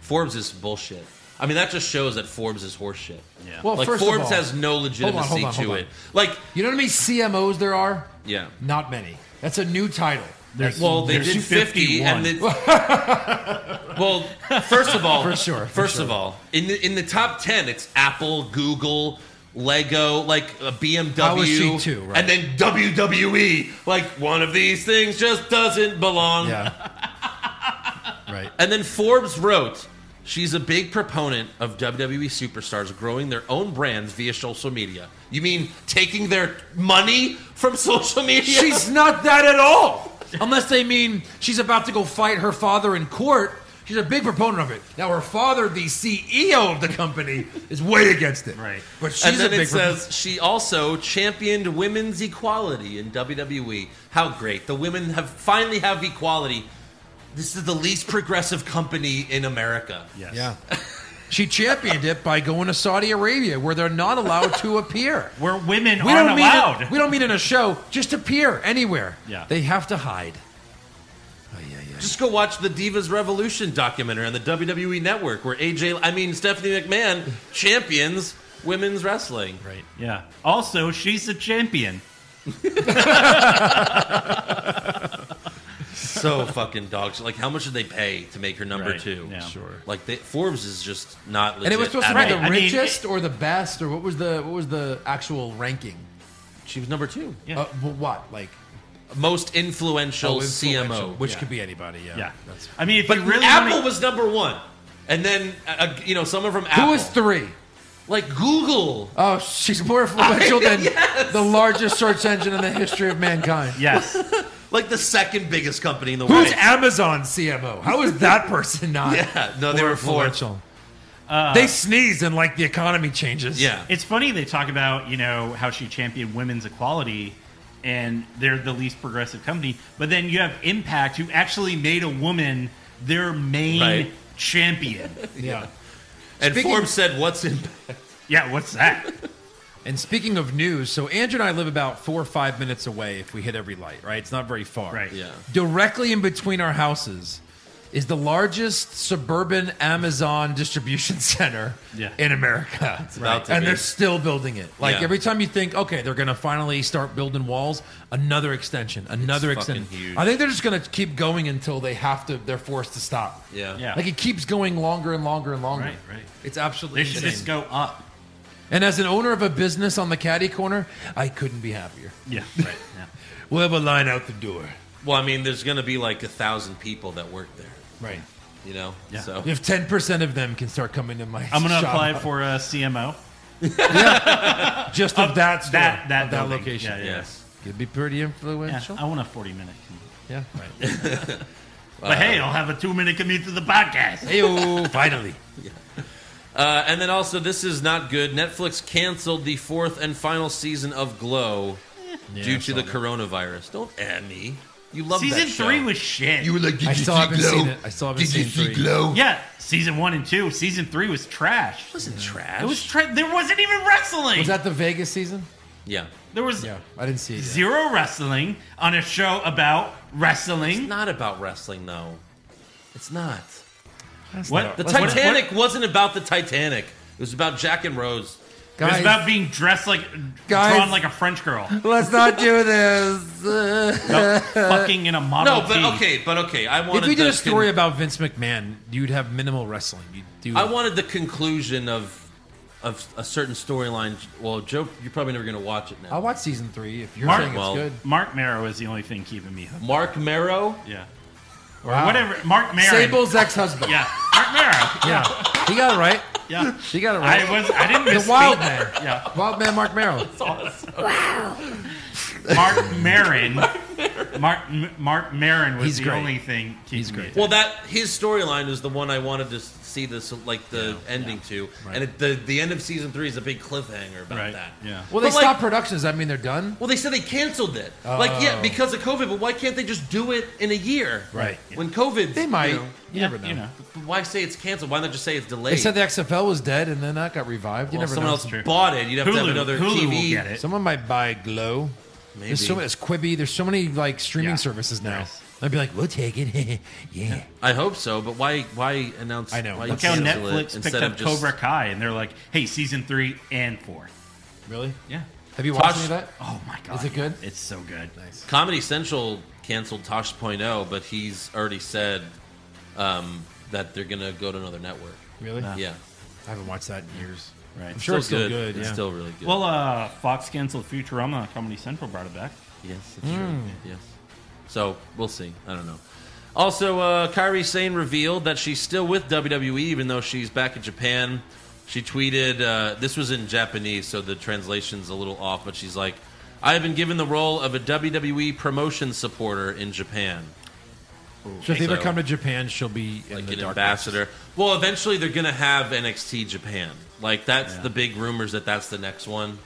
B: Forbes is bullshit. I mean, that just shows that Forbes is horseshit.
D: Yeah.
F: Well,
B: like
F: first of
B: Forbes
F: all-
B: has no legitimacy
F: hold on,
B: to
F: hold on.
B: it. Like,
F: You know how many CMOs there are?
B: yeah.
F: Not many. That's a new title.
D: There's,
B: Well, they
D: there's
B: did 50,
D: 51.
B: and then.
F: [laughs]
B: well, first of all,
F: For sure, for
B: first
F: sure.
B: of all, in the, in the top 10, it's Apple, Google, Lego, like uh, a BMW.
F: I would see two, right.
B: And then WWE. Like, one of these things just doesn't belong.
F: Yeah. right.
B: And then Forbes wrote, She's a big proponent of WWE superstars growing their own brands via social media. You mean taking their money from [laughs] social media?
C: She's not that at all. Unless they mean she's about to go fight her father in court. She's a big proponent of it. Now her father, the
F: E
C: CEO of the company, is way against it.
D: Right.
C: But she's
B: and then
C: a big
B: it
C: proponent.
B: says she also championed women's equality in WWE. How great! The women have finally have equality. This is the least progressive company in America.
D: Yes.
F: Yeah. she championed it by going to Saudi Arabia where they're not allowed to appear.
D: Where women
F: We
D: aren't
F: don't mean
D: allowed.
F: It, we don't mean in a show. Just appear anywhere.
D: Yeah.
F: They have to hide. Oh, yeah, yeah.
B: Just go watch the Divas Revolution documentary on the WWE Network, where AJ, I mean Stephanie McMahon, champions women's wrestling.
F: Right.
D: yeah. Also, she's a champion.
B: So fucking dog shit. Like, how much did they pay to make her number
D: Right,
B: two?
D: yeah.
F: Sure.
B: Like, they, Forbes is just not. Legit
C: and it was supposed to
B: at
C: be
B: all.
C: the
D: I mean,
C: richest or the best or what was the what was the actual ranking?
B: She was number two.
D: Yeah.
F: Uh, well, what? Like
B: most influential,
C: Oh, influential,
B: CMO,
C: which
B: Yeah.
C: could be anybody. Yeah,
D: Yeah.
C: That's-
D: I mean, if
B: But
D: you really
B: Apple
D: wanna-
B: was number one, and then uh, you know someone from Apple,
G: Who is three?
B: like Google.
G: Oh, she's more
B: [laughs]
G: influential than
B: Yes.
G: the largest search engine in the history of mankind.
D: Yes.
B: like the second biggest company in the world.
C: Who's Amazon CMO? How is that person not?
B: [laughs] Yeah, no, they
C: more
B: were fourth.
C: influential?
D: Uh,
C: they sneeze and like the economy changes.
B: Yeah,
D: It's funny they talk about, you know, how she championed women's equality and they're the least progressive company. But then you have Impact, who actually made a woman their main
B: Right.
D: champion.
C: yeah.
B: and
C: Speaking-
B: Forbes said, "What's in?" [laughs]
D: yeah, what's that?
C: And speaking of news, so Andrew and I live about four or five minutes away if we hit every light, right? It's not very far.
D: Right.
B: Yeah.
C: Directly in between our houses is the largest suburban Amazon [laughs] distribution center
D: Yeah.
C: in America.
B: about to
C: and
B: be.
C: they're still building it. Like
B: Yeah.
C: every time you think, okay, they're going to finally start building walls, another extension, another
B: fucking
C: extension.
B: huge.
C: I think they're just going to keep going until they have to, they're forced to stop.
B: Yeah,
D: Yeah.
C: Like it keeps going longer and longer and longer.
D: Right, right.
C: It's absolutely
D: They should
C: insane.
D: just go up.
C: And as an owner of a business on the caddy corner, I couldn't be happier.
D: Yeah, right. Yeah.
C: We'll have a line out the door.
B: Well, I mean, there's going to be like a thousand people that work there.
C: Right.
B: You know.
D: Yeah.
B: So
C: If ten percent of them can start coming to my,
D: I'm going to
C: shop,
D: apply for a CMO.
C: just of that
D: That
C: store,
D: that,
C: of that
D: building.
C: location.
D: Yeah, yeah, yeah.
B: yes.
C: Could be pretty
D: Yeah,
C: influential.
D: I want a 40 minute commute.
C: Yeah.
D: [laughs]
C: Right.
D: But hey, I'll have a two minute commute to the podcast.
C: Heyo, finally.
B: Uh, and then also, this is not good. Netflix canceled the fourth and final season
D: [laughs]
B: of Glow due to the coronavirus. Don't at me. You love
D: Season
B: that show.
D: three was shit.
H: were like, did
C: I still haven't seen it. I still haven't seen three.
H: Glow?
D: yeah, season one and two. Season three was trash.
B: wasn't trash.
D: It was tra- there wasn't even wrestling.
C: Was that the Vegas season?
B: yeah.
D: there was
C: Yeah, I didn't see it. Yet.
D: zero wrestling on a show about
B: It's
D: wrestling.
B: not about wrestling, though. It's not.
D: what
B: The
D: what-
B: Titanic
D: what-
B: wasn't about the Titanic. It was about Jack and Rose.
D: It was
C: Guys,
D: about being dressed like
C: Guys.
D: drawn like a French
C: [laughs]
D: girl,
G: Let's not do
D: [laughs]
G: this.
D: About fucking in a model.
B: No, but
D: T.
B: okay, but okay. I wanted
C: if we did a
B: the
C: story
B: con-
C: about Vince McMahon, you'd have minimal wrestling. You'd do.
B: I wanted the conclusion of of a certain storyline. Well, Joe, you're probably never going to watch it now.
C: I'll watch season three if you're
D: Mark-
C: saying
B: well,
C: it's good.
D: Mark Marrow is the only thing keeping me hooked.
B: Mark Marrow.
D: Yeah,
C: Wow.
D: whatever. Mark Marrow.
C: Sable's ex-husband.
D: Yeah, Mark Marrow.
C: yeah, he got it right.
D: Yeah,
C: He got it right.
D: I was. I didn't miss
C: the wild man.
D: Yeah,
C: Wild man Mark Merrill.
D: Mark
B: [laughs]
D: Marin. Mark M- Mark Marin was
C: He's
D: the
C: great.
D: only thing keeping
C: He's
D: me
C: great.
D: attention.
B: Well, that his storyline is the one I wanted to see this like the ending to, and it, the the end of season three is a big cliffhanger about
D: right.
B: that.
D: Yeah.
C: Well, they
B: But, like-
C: stopped production. Does that mean they're done?
B: Well, they said they canceled it. Like, yeah, because of COVID. But why can't they just do it in a year?
C: Oh. Right.
B: When COVID,
C: They might.
B: You
C: You,
B: know,
C: never know.
D: You know.
B: but why say it's canceled? Why not just say it's delayed?
C: They said the XFL was dead, and then that got revived. You
B: well,
C: never
B: someone
C: know.
B: else
D: True.
B: bought it. You'd have to have
D: Hulu,
B: another
D: Hulu
B: TV.
D: will get it.
C: Someone might buy Glow.
B: Maybe.
C: There's so many. There's Quibi. There's so many like streaming
D: Yeah.
C: services now.
D: Yes.
C: I'd be like, we'll take it. [laughs] yeah.
B: I hope so, but why? Why announce?
C: I know.
B: Why
D: Look
C: Look
D: how
B: cancel it
D: Netflix picked
B: instead
D: up
B: of just-
D: Cobra Kai, and they're like, "Hey, season three and four.
C: Really?
D: Yeah.
C: Have you watched
B: Tosh-
C: any of that?
D: Oh my god.
C: Is it good?
D: It's so good.
B: Comedy Central canceled Tosh.0, but he's already said um, that they're gonna go to another network.
C: Really?
B: Yeah,
C: I haven't watched that in years.
D: Right.
C: I'm sure it's still good.
B: It's
C: yeah.
B: still really good.
D: Well, uh, Fox canceled Futurama. Comedy Central brought it back.
B: yes, it's
C: Hmm.
B: true. Yes. So we'll see. I don't know. Also, uh, Kyrie Sane revealed that she's still with WWE, even though she's back in Japan. She tweeted, uh, this was in Japanese, so the translation's a little off, but she's like, I have been given the role of a WWE promotion supporter in Japan.
C: so if they ever
B: So-
C: come to Japan, she'll be in
B: like
C: the
B: an
C: dark
B: ambassador. Well, eventually they're gonna have NXT Japan. Like that's the big rumors that that's the next one.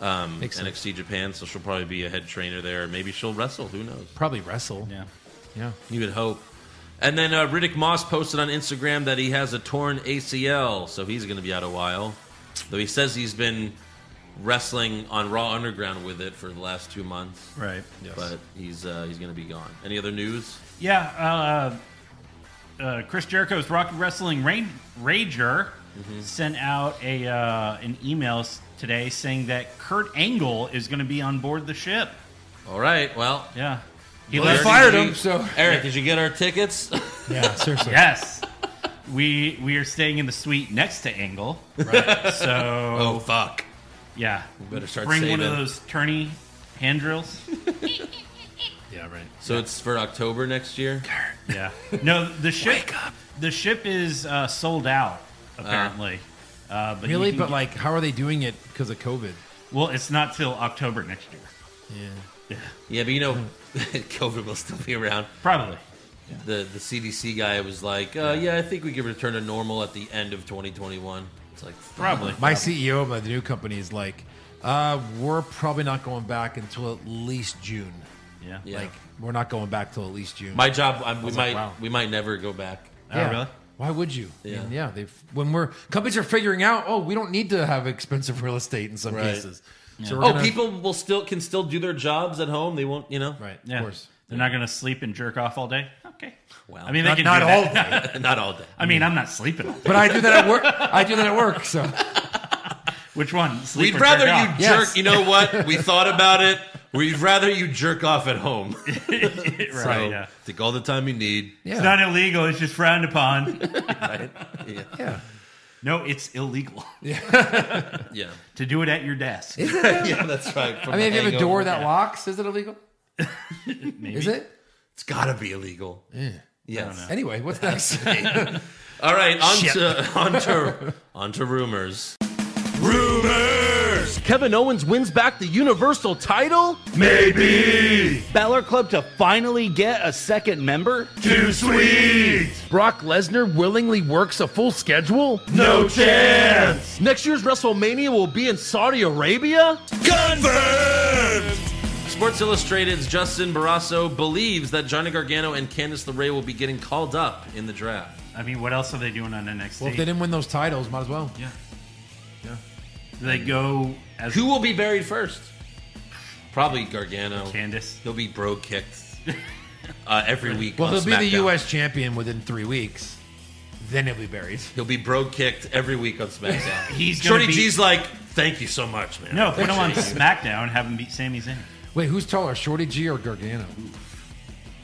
B: Um,
C: Makes sense.
B: NXT Japan, so she'll probably be a head trainer there. Maybe she'll wrestle. Who knows?
C: Probably wrestle.
D: Yeah.
C: Yeah.
B: You would hope. And then uh, Riddick Moss posted on Instagram that he has a torn ACL, so he's going to be out a while. Though he says he's been wrestling on Raw Underground with it for the last two months,
D: Right.
B: but he's uh, he's going to be gone. Any other news?
D: Yeah. Uh, uh, Chris Jericho's Rocky Wrestling Ra- Rager sent out a uh, an email s- today saying that Kurt Angle is going to be on board the ship.
B: All right. Well,
D: Yeah. He
B: Eric,
D: left.
B: did
C: fired
B: you-
C: him, so-
B: Eric, did you get our tickets?
C: [laughs] Yeah. Seriously.
D: Yes. We we are staying in the suite next to Angle. Right. So
B: oh fuck.
D: yeah.
B: better start
D: Bring one
B: saving.
D: of those tourney hand drills. Yeah, right.
B: [laughs] So it's for October next year.
D: Yeah. No, the ship. The ship is uh, sold out apparently. Uh,
B: Ah.
D: but you
C: Really?
D: can
C: But
D: get-
C: like, how are they doing it because of COVID?
D: well, it's not till October next year,
C: Yeah.
B: Yeah, but you know, [laughs] COVID will still be around.
D: probably.
B: The the CDC guy was like, uh, yeah, I think we can return to normal at the end of 2021. It's like
D: Probably.
C: My CEO of my new company is like, uh, we're probably not going back until at least June.
D: Yeah.
B: Yeah.
C: Like, we're not going back till at least June.
B: my job. i we might
C: like, wow.
B: we might never go back.
D: Oh, really?
C: Why would you? I mean,
B: Yeah.
C: Yeah. They've when we're companies are figuring out, oh, we don't need to have expensive real estate in some
B: Right.
C: cases. So we're
B: Oh,
C: gonna-
B: people will still can still do their jobs at home. They won't, you know.
C: Right.
D: Yeah.
C: Of course.
D: They're not going to sleep and jerk off all day. Okay.
B: Well,
D: I mean,
C: Not,
D: they can
C: not
D: do
C: all
D: that.
C: day.
B: [laughs] not all day.
D: [laughs] I mean, I'm not sleeping. all day.
C: But I do that at work. I do that at work. So
D: Which one? Sleep
B: We'd
D: or
B: rather
D: jerk
B: you
D: off?
B: jerk.
C: Yes.
B: You know what?
C: [laughs]
B: We thought about it. We'd rather you jerk off at home.
D: right.
B: So
D: yeah.
B: take all the time you need.
D: [laughs]
C: yeah,
D: It's not illegal. It's just frowned upon.
B: Right? [laughs] Yeah.
C: yeah.
D: no, it's illegal [laughs]
C: [laughs]
B: Yeah. [laughs]
D: to do it at your desk.
B: Yeah, that's right.
C: I mean, if you have a door that locks, is it
B: [laughs]
C: illegal? Is it?
B: it's got to be illegal. Yeah. Yes.
C: Anyway, what's next?
B: All right. On
C: [laughs]
B: to, on to, on to rumors. Rumors.
I: Kevin Owens wins back the Universal title?
J: Maybe
I: Balor Club to finally get a second member?
J: too sweet.
I: Brock Lesnar willingly works a full schedule?
J: No chance.
I: Next year's WrestleMania will be in Saudi Arabia?
J: Confirmed.
B: Sports Illustrated's Justin Barrasso believes that Johnny Gargano and Candice LeRae will be getting called up in the draft.
D: I mean, what else are they doing on NXT?
C: well, if they didn't win those titles, might as well.
D: Do they go as
B: Who will be buried first? Probably Gargano.
D: Candace?
B: He'll be bro kicked
C: [laughs]
B: uh, every week.
C: Well,
B: on
C: he'll be the
B: SmackDown.
C: U.S. champion within three weeks. Then he'll be buried.
B: He'll be bro kicked every week on
C: [laughs]
B: SmackDown.
D: He's gonna
B: Shorty
D: be-
B: G's like, thank you so much, man.
D: No, put him on SmackDown. Have him beat Sami Zayn.
C: Wait, who's taller, Shorty G or Gargano?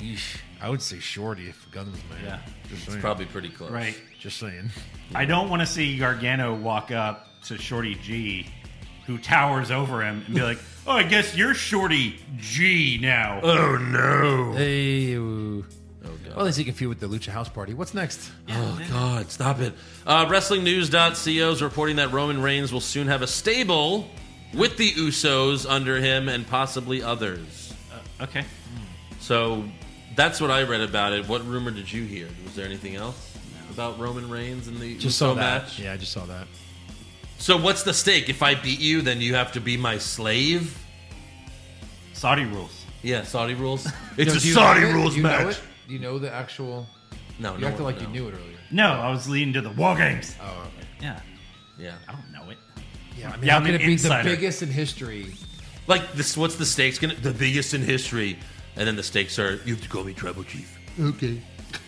C: Yeesh. I would say Shorty if guns, man.
D: Yeah.
C: Just saying.
B: Probably pretty close.
D: Right.
C: Just saying.
D: I don't want to see Gargano walk up to Shorty G, who towers over him, and be like, "Oh, I guess you're Shorty G now."
B: Oh no.
C: Hey. Oh, God. Well, at least you can feel with the Lucha House Party. What's next?
B: Oh God, stop it. Uh, WrestlingNews.co is reporting that Roman Reigns will soon have a stable with the Usos under him and possibly others.
D: okay.
B: So that's what I read about it. What rumor did you hear? Was there anything else about Roman Reigns and the
C: Just
B: Uso
C: saw that.
B: match?
C: Yeah, I just saw that.
B: So what's the stake? If I beat you, then you have to be my slave?
D: Saudi rules.
B: Yeah, Saudi
C: [laughs]
B: rules. It's
C: No,
B: a
C: do you
B: Saudi
C: know it?
B: rules
C: Do you
B: match.
C: Know it? Do you know the actual?
B: No,
C: You
B: no
C: acted
B: one-
C: like you
B: no.
C: knew it earlier.
D: No, I was leading to the War Games.
C: Oh,
D: Yeah,
B: Yeah.
D: I don't know it.
C: yeah. I mean,
D: Yeah,
C: how
D: I'm
C: could
D: an
C: it be
D: insider.
C: the biggest in history?
B: Like this what's the stakes gonna the biggest in history? And then the stakes are you have to call me tribal chief.
C: Okay.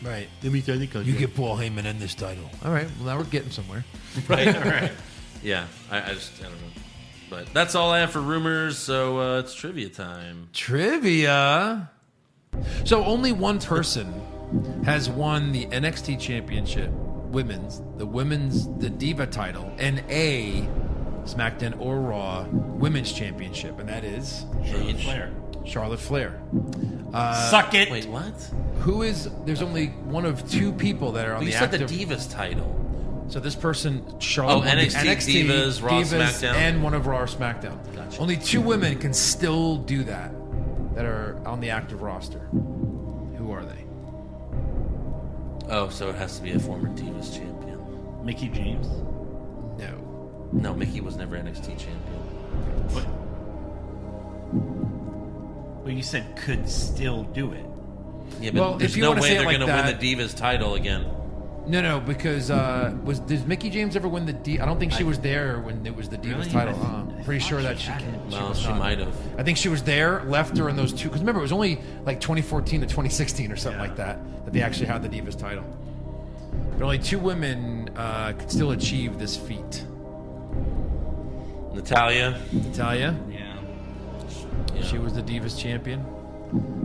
C: Right. Let me tell you. You get Paul Heyman in this title. All right. Well, now we're getting somewhere.
B: Right. Yeah. I, I just I don't know. But that's all I have for rumors, so uh, it's trivia time.
C: Trivia. So only one person has won the NXT Championship women's, the women's, the Diva title, and a SmackDown or Raw Women's Championship, and that is
B: Age.
D: Flair.
C: Charlotte Flair.
D: Suck it.
B: Wait, what?
C: Who is? There's only one of two people that are on
B: Oh, You
C: the
B: said the
C: active.
B: Divas title.
C: so this person, Charlotte,
B: Oh,
C: won the
B: NXT Divas, Raw, SmackDown.
C: and one of Raw or SmackDown.
B: Gotcha.
C: Only two women can still do that that are on the active roster. Who are they?
B: Oh, so it has to be a former Divas champion.
D: Mickey James.
C: No.
B: No, Mickey was never NXT champion.
D: What? Well, you said could still do it.
B: Yeah, but
C: Well, if
B: there's
C: you
B: no
C: wanna
B: way
C: say it
B: they're
C: like
B: gonna
C: that-
B: win the Divas title again.
C: No, no, because uh, was did Mickey James ever win the D? I don't think she was there when it was the Divas
D: Really?
C: title.
D: I th-
C: Uh,
D: I
C: pretty
D: thought
C: sure
D: she
C: that she
D: had
C: can.
D: it.
B: Well,
C: was
B: she
C: not.
B: might have.
C: I think she was there, left her in those two. Because remember, it was only like 2014 to 2016 or something
D: Yeah.
C: like that that they actually had the Divas title. But only two women uh, could still achieve this feat.
B: Natalia.
C: Natalia,
D: Yeah.
B: Yeah.
C: she was the Divas champion,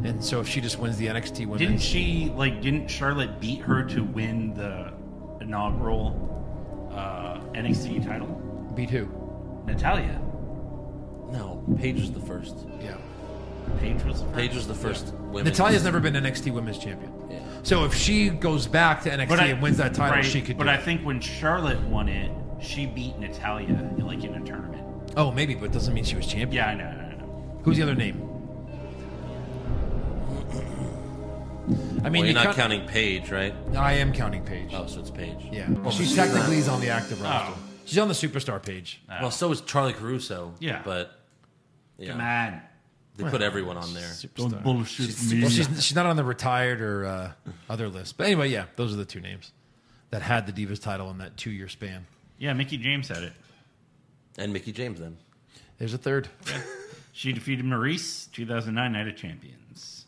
C: and so if she just wins the NXT Women's,
D: Didn't she like? Didn't Charlotte beat her to win the inaugural uh, NXT title?
C: beat who?
D: Natalia.
B: No, Paige was the first.
C: Yeah.
D: Paige was the first.
B: Paige was the first women.
C: Natalia's never been NXT Women's Champion.
B: Yeah.
C: So if she goes back to NXT
D: But I,
C: and wins that title,
D: right,
C: she could.
D: But
C: do
D: I
C: it.
D: think when Charlotte won it, she beat Natalia like in a tournament.
C: Oh, maybe, but it doesn't mean she was champion.
D: Yeah, I know. I know.
C: Who's the other name? I
B: Well,
C: mean,
B: you're
C: you
B: not
C: count-
B: counting Paige, right?
C: I am counting Paige.
B: Oh, so it's Paige.
C: Yeah, she technically is on the active roster.
D: Oh.
C: She's on the superstar page.
B: Well, so is Charlie Caruso.
D: Yeah.
B: But yeah,
D: Man,
B: they put everyone on there.
D: don't bullshit
C: Well, she's, she's not on the retired or uh, other list. But anyway, yeah, those are the two names that had the Divas title in that two year span.
D: Yeah, Mickey James had it.
B: And Mickey James then.
C: There's a third.
D: She defeated Maurice 2009 Night of Champions.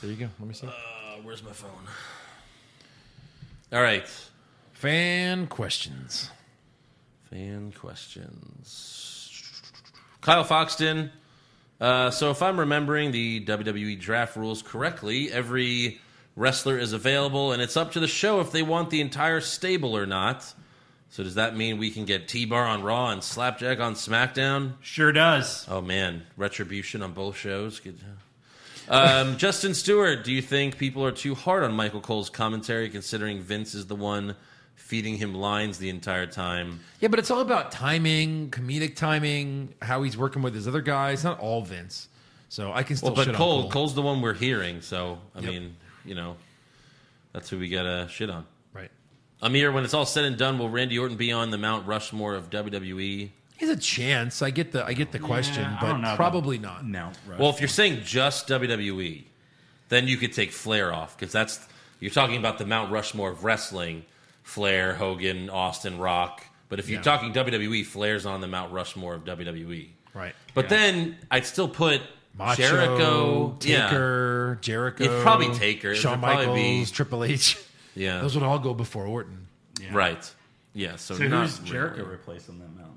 C: There you go. Let me see.
B: Uh, where's my phone? All right.
C: Fan questions.
B: Fan questions. Kyle Foxton. Uh, so, if I'm remembering the WWE draft rules correctly, every wrestler is available, and it's up to the show if they want the entire stable or not. So, does that mean we can get T Bar on Raw and Slapjack on SmackDown?
D: Sure does.
B: Oh man, retribution on both shows. Good. Um, [laughs] Justin Stewart, do you think people are too hard on Michael Cole's commentary, considering Vince is the one feeding him lines the entire time?
C: Yeah, but it's all about timing, comedic timing, how he's working with his other guys. Not all Vince. So I can still
B: Well, but
C: shit
B: Cole,
C: on Cole.
B: Cole's the one we're hearing, so I
C: Yep.
B: mean, you know, that's who we gotta shit on.
C: Right.
B: Amir, when it's all said and done, will Randy Orton be on the Mount Rushmore of E? WWE?
C: He's a chance. I get the I get the question,
D: Yeah, I don't know
C: but
D: about-
C: probably not.
D: No. Rush.
B: Well, if you're saying just WWE, then you could take Flair off because that's you're talking about the Mount Rushmore of wrestling: Flair, Hogan, Austin, Rock. But if you're
C: Yeah.
B: talking WWE, Flair's on the Mount Rushmore of WWE.
C: Right.
B: But then I'd still put
C: Macho,
B: Jericho, yeah,
C: Taker, Jericho.
B: It'd probably Taker. It
C: Shawn
B: would probably
C: Michaels,
B: be-
C: Triple H.
B: yeah,
C: Those would all go before Orton.
B: right, yeah. So,
D: so
B: not
D: who's
B: really.
D: Jericho replaced on that mountain?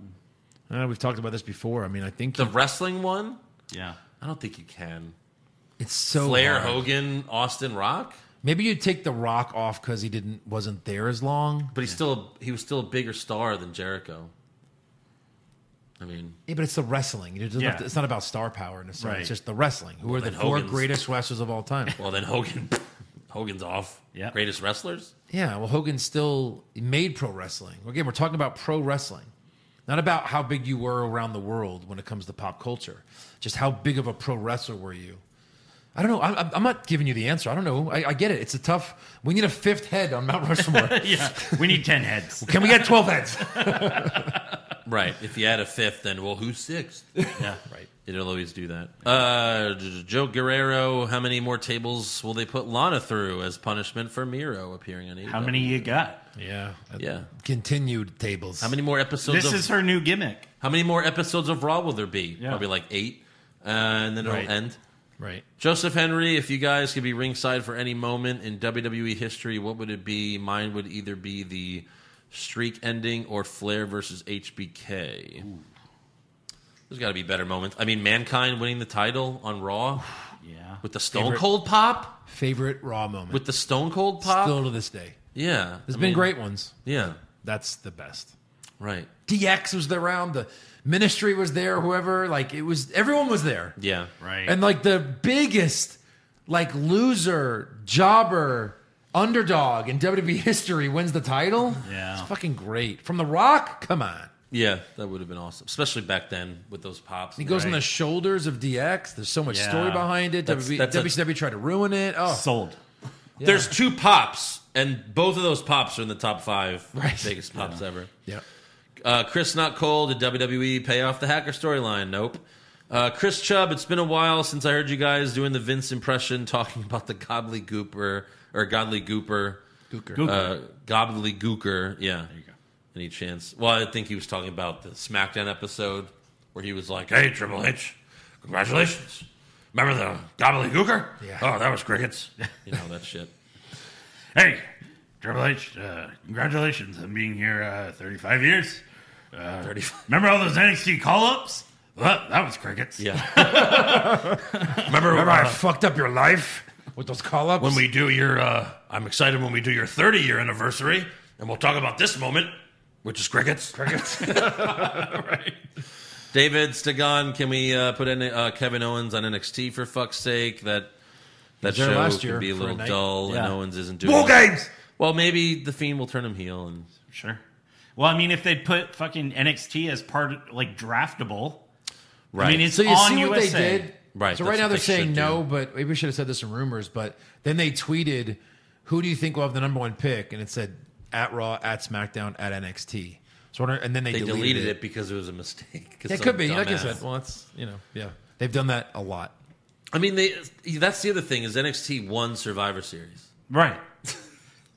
C: Uh, we've talked about this before. I mean, I think
B: The wrestling one,
D: Yeah.
B: I don't think you can.
C: it's so
B: Flair,
D: Oh,
C: hard.
B: Hogan, Austin, Rock,
C: Maybe you take The Rock off because he didn't wasn't there as long.
B: but he's still he was still a bigger star than Jericho. I mean,
C: Yeah, but it's the wrestling. It doesn't
D: Yeah.
C: have to- it's not about star power necessarily.
D: Right.
C: It's just the wrestling. Who are the
B: then
C: four
B: Hogan's-
C: greatest wrestlers of all
D: [laughs]
C: time?
B: Well, then Hogan, [laughs] Hogan's off.
D: Yeah.
B: Greatest wrestlers.
C: yeah, well, Hogan still made pro wrestling. Again, we're talking about pro wrestling, not about how big you were around the world when it comes to pop culture. Just how big of a pro wrestler were you? I don't know. I'm, I'm- I'm not giving you the answer. I don't know. I, I get it. It's a tough. We need a fifth head on Mount Rushmore.
D: [laughs] Yeah. We need 10 heads.
C: Can we get twelve heads?
B: Right. If you add a fifth, then well, who's sixth? [laughs]
D: yeah.
C: right.
B: It'll always do that. Uh, J- Joe Guerrero, how many more tables will they put Lana through as punishment for Miro appearing on AEW?
D: How many you got?
C: Yeah.
B: Yeah.
C: Continued tables.
B: How many more episodes?
D: This
B: of,
D: is her new gimmick.
B: How many more episodes of Raw will there be?
D: Yeah.
B: Probably like eight, uh, and then it'll
C: Right.
B: end.
C: Right.
B: Joseph Henry, if you guys could be ringside for any moment in WWE history, what would it be? Mine would either be the streak ending or Flair versus HBK. There's got to be better moments. I mean, Mankind winning the title on
C: [sighs]
B: Raw
D: Yeah.
B: with the Stone
C: Favorite.
B: Cold Pop,
C: Favorite Raw moment.
B: with the Stone Cold Pop.
C: Still to this day.
B: yeah,
C: There's
B: I
C: been
B: mean,
C: great ones.
B: Yeah,
C: That's the best.
B: right.
C: DX was there around. The ministry was there. Whoever, like it was, everyone was there.
B: Yeah,
D: Right.
C: And like the biggest, like loser, jobber, underdog in WWE history wins the title.
D: Yeah.
C: It's fucking great. From The Rock, come on.
B: Yeah, that would have been awesome, especially back then with those pops.
C: He goes on
D: Right.
C: the shoulders of DX. There's so much
D: Yeah.
C: story behind it. E
B: That's-
C: WWE,
B: that's a-
C: WCW tried to ruin it. Oh,
D: Sold.
B: There's two pops, and both of those pops are in the top five
C: Right.
B: biggest pops ever.
C: yeah.
B: Uh, Chris Not Cole, did WWE pay off the hacker storyline? Nope. Uh, Chris Chubb, it's been a while since I heard you guys doing the Vince impression, [laughs] talking about the Godly Gooper or Godly Gooper,
D: Google.
B: uh, Godly Gooker. Yeah. There you go. Any chance? Well, I think he was talking about the SmackDown episode where he was like, "Hey, Triple H, congratulations! Remember the Godly Gooker?
C: Yeah.
B: Oh, that was [laughs] crickets. you know that shit.
D: Hey, Triple H, uh, congratulations on being here uh, 35 years. Uh,
B: Thirty-five.
D: Remember all those NXT call ups? Well, that was crickets.
B: Yeah.
K: Remember,
C: Remember, I fucked up your life with those call ups.
K: when we do your, uh, I'm excited when we do your 30 year anniversary, [laughs] and we'll talk about this moment, which is crickets. Crickets.
B: David Stegon, can we uh, put in uh, Kevin Owens on NXT for fuck's sake? That that
C: there
B: show
C: last
B: can
C: year
B: be a
C: for
B: little
C: a night.
B: dull, and
D: Yeah.
B: Owens isn't doing. it. Well, maybe the Fiend will turn him heel, and
D: Sure. Well, I mean, if they'd put fucking NXT as part of, like draftable,
B: right.
D: I mean, it's
C: So you
D: on
C: see what
D: USA.
C: they did,
B: Right,
C: So
B: that's
C: right now
B: what they
C: they're saying
B: should
C: no, but maybe we should have said this in rumors. But then they tweeted, "Who do you think will have the number one pick?" And it said at Raw, at SmackDown, at NXT. So I wonder- and then they,
B: they
C: deleted, it.
B: because it was a mistake. [laughs] 'cause
C: It
B: some
C: could be, like I
B: dumbass-
C: said. Well, that's you know, yeah, they've done that
B: [laughs]
C: a lot.
B: I mean, they, that's the other thing is NXT won Survivor Series.
D: right?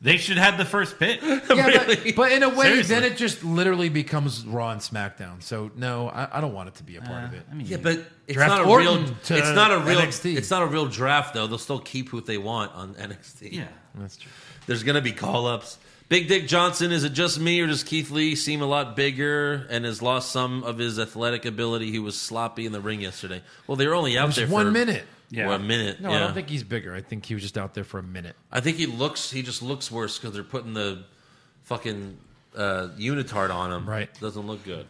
D: they should have the first pick.
C: [laughs] Yeah,
B: Really?
C: but, but in a way,
D: Seriously.
C: then it just literally becomes Raw and SmackDown. So no, I, I don't want it to be a part
B: Uh,
C: of it.
D: I mean,
B: Yeah, but it's
C: Draft
B: not a
C: Orton
B: real.
C: to
B: It's not a real.
C: NXT.
B: It's not a real draft though. They'll still keep who they want on NXT.
D: yeah.
C: That's true.
B: There's gonna be call ups. Big Dick Johnson, is it just me or does Keith Lee seem a lot bigger and has lost some of his athletic ability? He was sloppy in the ring yesterday. Well, they were only out
C: was
B: there
C: one
B: for
C: minute.
D: Yeah.
B: Well, a minute.
C: No,
B: yeah.
C: I don't think he's bigger. I think he was just out there for a minute.
B: I think he looks. He just looks worse because they're putting the fucking uh, unitard on him.
C: Right.
B: doesn't look good.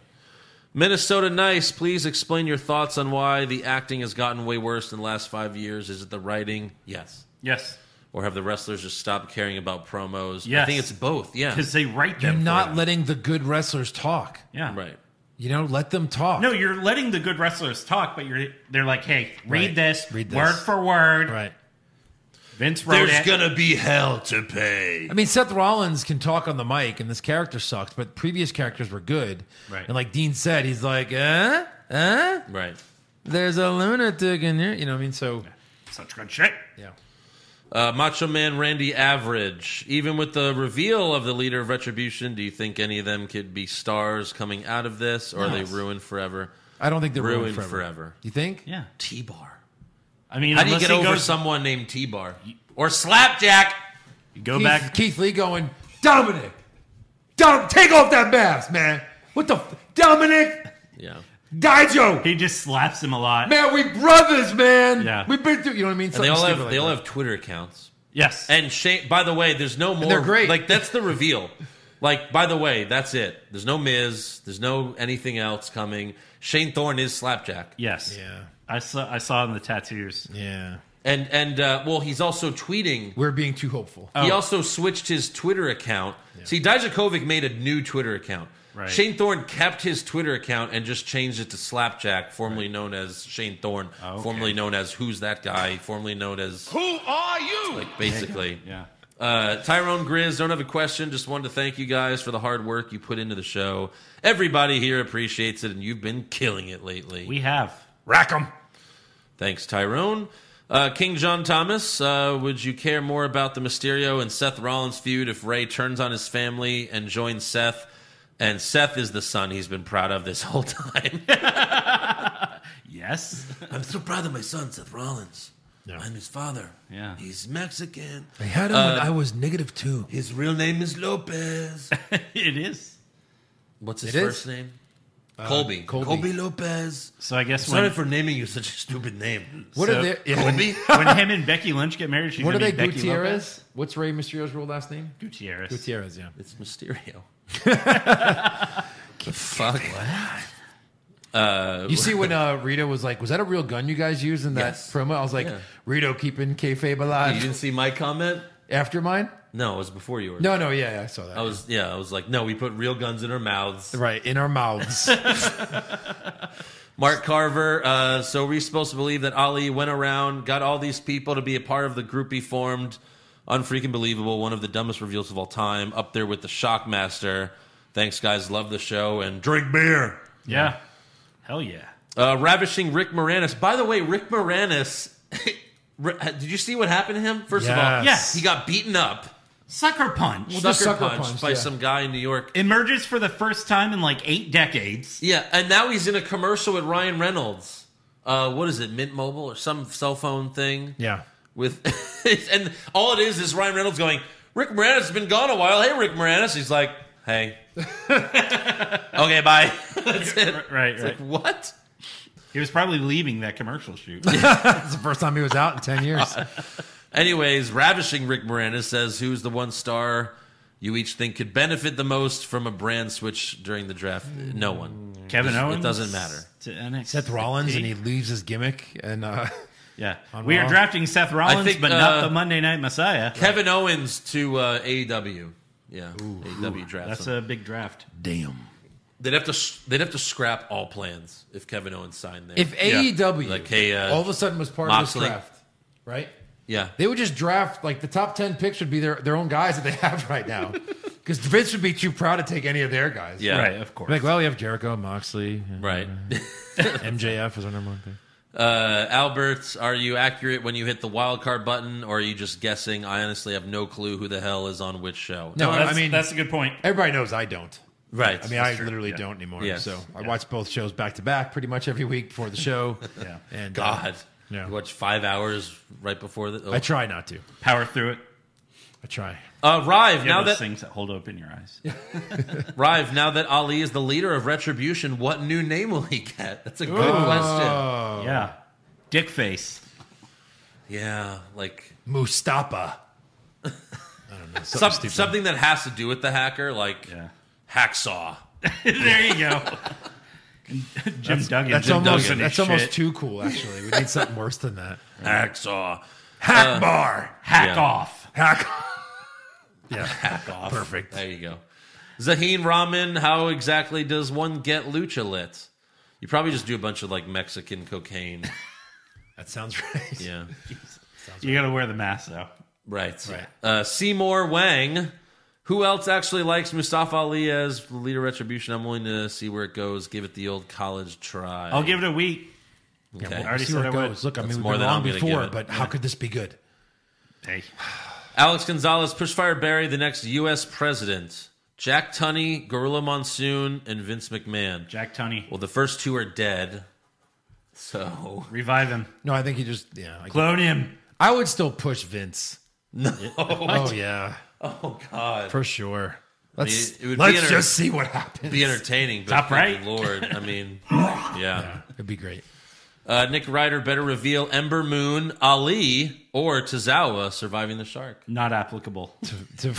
B: Minnesota Nice, please explain your thoughts on why the acting has gotten way worse in the last five years. Is it the writing? Yes.
D: Yes,
B: Or have the wrestlers just stopped caring about promos? I
D: Yes.
B: think it's both. Yeah.
D: because they write
C: You're
D: them. for
C: not
D: you.
C: letting the good wrestlers talk.
D: Yeah.
B: Right.
C: You know, let them talk.
D: No, you're letting the good wrestlers talk, but you're they're like, hey, read
C: Right.
D: this,
C: Read this.
D: word for word.
C: right.
D: Vince wrote
L: There's
D: it.
L: gonna be hell to pay.
C: I mean, Seth Rollins can talk on the mic, and this character sucked, but previous characters were good.
D: Right.
C: And like Dean said, he's like, eh, eh.
B: Right.
C: There's a lunatic in here. You know what I mean? So
D: Such good shit.
C: yeah,
B: Uh, Macho Man Randy Average. Even with the reveal of the leader of Retribution, do you think any of them could be stars coming out of this, or are they ruined forever?
C: I don't think they're ruined,
B: Ruined
C: forever.
B: forever.
C: You think?
D: Yeah.
B: T Bar.
D: I mean,
B: How do you
D: unless
B: get
D: he
B: over
D: goes,
B: someone named T Bar or Slapjack?
D: go
C: Keith,
D: back.
C: Keith Lee going, Dominic, Dom, take off that mask, man. What the f- Dominic,
B: Yeah,
C: Daijo,
D: He just slaps him a lot.
C: man, we brothers, man.
D: Yeah.
C: we've been through. You know what I mean?
B: and they all have
C: stupid like
B: they all
C: that.
B: have Twitter accounts.
D: Yes.
B: And Shane, by the way, there's no more.
C: they're great.
B: Like that's the reveal. like by the way, that's it. There's no Miz. There's no anything else coming. Shane Thorne is Slapjack,
D: yes.
C: Yeah,
D: I saw I saw in the tattoos.
C: yeah.
B: and and uh, well, he's also tweeting.
C: We're being too hopeful.
B: He
D: Oh.
B: also switched his Twitter account. See, Dijakovic made a new Twitter account.
D: Right.
B: Shane Thorne kept his Twitter account and just changed it to Slapjack, formerly known as Shane Thorne,
D: Oh, okay.
B: formerly known as Who's That Guy, formerly known as
L: Who are you?
B: like basically.
D: Yeah.
B: Uh, Tyrone Grizz, don't have a question. Just wanted to thank you guys for the hard work you put into the show. Everybody here appreciates it, and you've been killing it lately.
D: We have.
L: Rack 'em.
B: Thanks, Tyrone. Uh, King John Thomas, uh, would you care more about the Mysterio and Seth Rollins feud if Ray turns on his family and joins Seth? And Seth is the son he's been proud of this [laughs] whole time.
D: Yes. [laughs]
B: I'm so proud of my son, Seth Rollins. I'm his father.
D: Yeah.
B: He's Mexican.
C: I had him when I was negative two.
B: His real name is Lopez.
D: it is.
B: What's his
C: It is?
B: first name? Uh, Colby.
C: Colby.
B: Lopez.
D: So I guess
B: Sorry
D: when,
B: for naming you such a stupid name.
C: What
D: So-
C: are they? yeah,
B: Colby?
D: when him and Becky Lynch get married, she's
C: what are
D: gonna
C: they?
D: be Becky
C: Gutierrez.
D: Lopez.
C: What's Ray Mysterio's real last name?
D: Gutierrez.
C: Gutierrez. Yeah.
D: [laughs]
B: it's Mysterio. the fuck?
C: You see when uh, Rito was like, "Was that a real gun you guys used in that
B: Yes.
C: promo?" I was like,
B: Yeah.
C: "Rito keeping kayfabe
B: You didn't
C: alive."
B: see my comment?
C: After mine?
B: No, it was before yours.
C: No, no, yeah, yeah, I saw that.
B: I was yeah, I was like, no, we put real guns in our mouths.
C: right in our mouths.
B: Mark Carver, uh, so are we supposed to believe that Ali went around, got all these people to be a part of the group he formed? Unfreaking believable, one of the dumbest reveals of all time, up there with the Shockmaster. Thanks, guys. Love the show and drink beer.
D: Yeah. Hell yeah.
B: Uh, ravishing Rick Moranis. By the way, Rick Moranis, [laughs] Ri- did you see what happened to him? First of all,
D: Yes.
B: he got beaten up,
D: Sucker punch.
B: sucker,
C: sucker
B: punched
C: punched,
B: by
C: yeah.
B: some guy in New York.
D: Emerges for the first time in like eight decades.
B: Yeah, and now he's in a commercial with Ryan Reynolds. Uh, what is it, Mint Mobile or some cell phone thing?
C: yeah,
B: With [laughs] and all it is is Ryan Reynolds going, Rick Moranis has been gone a while. Hey, Rick Moranis. He's like,
D: [laughs]
B: hey. okay, bye. That's it.
D: Right, right.
B: It's like what?
D: He was probably leaving that commercial shoot.
C: that's the first time he was out in ten years.
B: Anyways, ravishing Rick Moranis says, "Who's the one star you each think could benefit the most from a brand switch during the draft? No one.
D: Kevin
B: It
D: Owens.
B: doesn't matter.
D: to NXT.
C: Seth Rollins, and he leaves his gimmick, and uh,
D: Yeah, we
C: Raw.
D: are drafting Seth Rollins,
B: think,
D: but not
B: uh,
D: the Monday Night Messiah.
B: Kevin Owens to uh, AEW. Yeah, AEW draft.
D: That's a big draft.
M: Damn.
B: they'd have to s- they'd have to scrap all plans if Kevin Owens signed there.
C: if AEW
B: Like, hey, uh,
C: all of a sudden was part
B: Moxley.
C: of this draft, right?
B: yeah,
C: They would just draft like the top ten picks would be their their own guys that they [laughs] have right now, because Vince would be too proud to take any of their guys.
B: yeah,
D: Right, of course.
C: Like, well, we have Jericho, Moxley,
B: right.
C: MJF was our number one pick.
B: [laughs] Uh, Alberts, are you accurate when you hit the wild card button, or are you just guessing? I honestly have no clue who the hell is on which show.
C: No,
D: that's,
C: I mean
D: that's a good point.
C: everybody knows I don't.
B: right.
C: I mean, I literally
D: yeah.
C: don't anymore.
B: Yes.
C: So I watch both shows back to back pretty much every week before the show.
D: [laughs] Yeah.
C: And uh,
B: God,
C: Yeah.
B: you watch five hours right before the. Oh.
C: I try not to.
D: Power through it.
C: I try.
B: uh, Rive,
D: You
B: now
D: have those
B: that
D: things that hold open your eyes.
B: Rive, now that Ali is the leader of Retribution, what new name will he get? That's a good question.
D: Yeah, dick face.
B: Yeah, like
C: Mustapa.
B: some, something that has to do with the hacker, like
D: Yeah,
B: hacksaw.
D: there you go.
C: [laughs]
D: Jim Duggan.
C: That's
D: Jim
C: almost
D: Duggan
C: that's
D: is
C: almost
D: shit. Uh,
C: too cool. Actually, we need something worse
D: [laughs]
C: than that.
B: Hacksaw.
C: Hack bar.
D: hack
B: Yeah.
D: off.
C: Hack. [laughs] yeah. Hack
B: off.
C: Perfect.
B: There you go. Zaheen Rahman, how exactly does one get lucha lit? You probably just do a bunch of like Mexican
D: [laughs]
B: cocaine.
C: That sounds [laughs] right.
B: Yeah.
D: You got to wear the mask though.
B: right.
C: Right.
B: Uh, Seymour Wang. Who else actually likes Mustafa Ali as the leader of retribution? I'm willing to see where it goes. Give it the old college try.
D: I'll give it a week.
B: Okay.
D: I already
C: See
D: said
C: where
D: I
C: it
D: would.
C: goes. Look, I mean, we've
B: more
C: been
B: than
C: wrong
B: I'm gonna
C: before,
B: give it.
C: but how could this be good?
D: Hey,
B: Alex Gonzalez, Pushfire Barry, the next U.S. president. Jack Tunney, Gorilla Monsoon, and Vince McMahon.
D: Jack Tunney,
B: Well, the first two are dead. So.
D: revive him.
C: No, I think he just yeah. I,
D: Clone him.
C: I would still
B: [laughs]
C: push Vince. No. Oh yeah,
B: Oh, God.
C: for sure. Let's
B: it would be
C: let's
B: inter-
C: just see what happens.
B: be entertaining. But
D: Top
B: good
D: right.
B: Lord. I
D: [laughs]
B: mean, yeah.
C: It'd be great.
B: Uh, Nick Ryder better reveal Ember Moon, Ali, or Tozawa surviving the shark.
D: Not applicable.
C: To-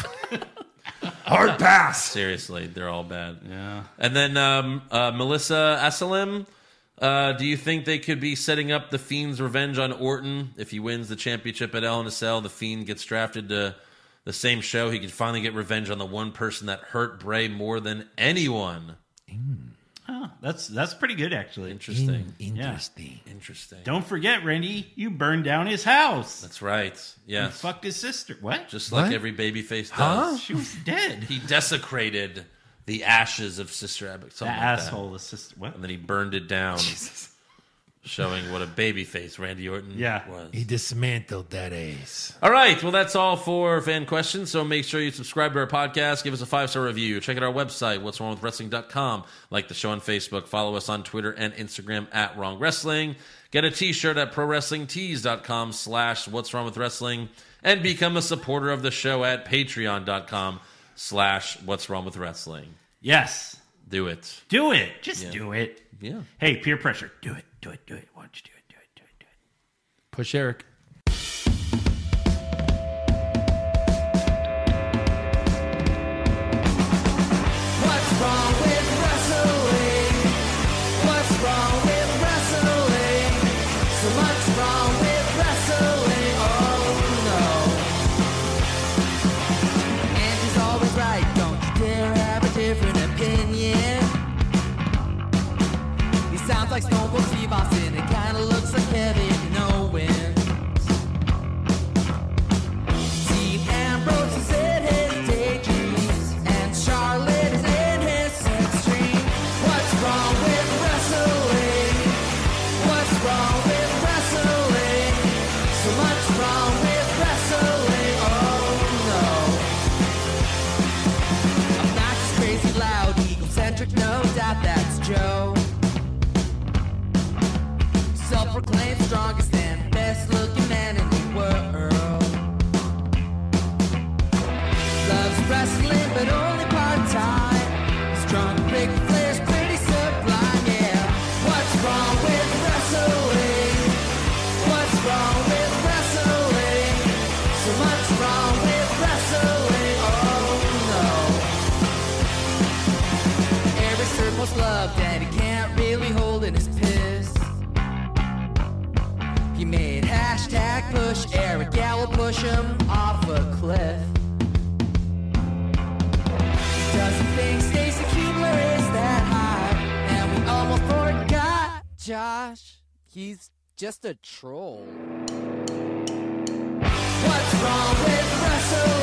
C: [laughs] Hard pass.
B: Seriously, they're all bad.
D: Yeah.
B: And then um, uh, Melissa Esselem. Uh, do you think they could be setting up the Fiend's revenge on Orton if he wins the championship at LNSL? The Fiend gets drafted to the same show. He could finally get revenge on the one person that hurt Bray more than anyone.
D: Oh, that's that's pretty good actually.
B: Interesting.
C: Interesting.
B: Interesting.
D: Don't forget, Randy, you burned down his house.
B: That's right.
D: You
B: Yes.
D: fucked his sister. What?
B: Just like
C: What?
B: every babyface does.
D: she was dead.
B: He desecrated the ashes of Sister Abigail.
D: That
B: Something like
D: asshole, the sister. What?
B: That. And then he burned it down, showing what a babyface Randy Orton
D: Yeah.
B: was.
C: He dismantled that ace.
B: All right. Well, that's all for fan questions. So make sure you subscribe to our podcast. Give us a five star review. Check out our website, what's wrong with wrestling.com. Like the show on Facebook. Follow us on Twitter and Instagram at wrong wrestling. Get a t shirt at pro wrestling tees.com slash what's wrong with wrestling and become a supporter of the show at patreon.com slash what's wrong with wrestling.
D: Yes.
B: Do it.
D: Do it. Just do it.
B: Yeah.
D: Hey, peer pressure. Do it. Do it. Do it. Why don't you do it? Do it. Do it. Do it.
C: Push Eric.
N: What's wrong with wrestling? What's wrong with wrestling? So much wrong with wrestling. Oh no. And she's always right. Don't you dare have a different opinion. He sounds like Stone Cold Steve Austin. It kinda looks like Kevin Owens. Steve Ambrose is in his daydreams, and Charlotte is in his sex dream. What's wrong with wrestling? What's wrong with wrestling? So much wrong with wrestling. Oh no. Obnoxious, crazy, loud, egocentric, no doubt that's Joe. Self-proclaimed strongest and best-looking man in the world. Loves wrestling, but only part time. Strong big players, pretty sublime, yeah. What's wrong with wrestling? What's wrong with wrestling? So much wrong with wrestling, oh no. you made. Hashtag push Eric Gallo, push him off a cliff. Doesn't think Stacy Kubler is that hot, and we almost forgot Josh. He's just a troll. What's wrong with wrestling? Oh,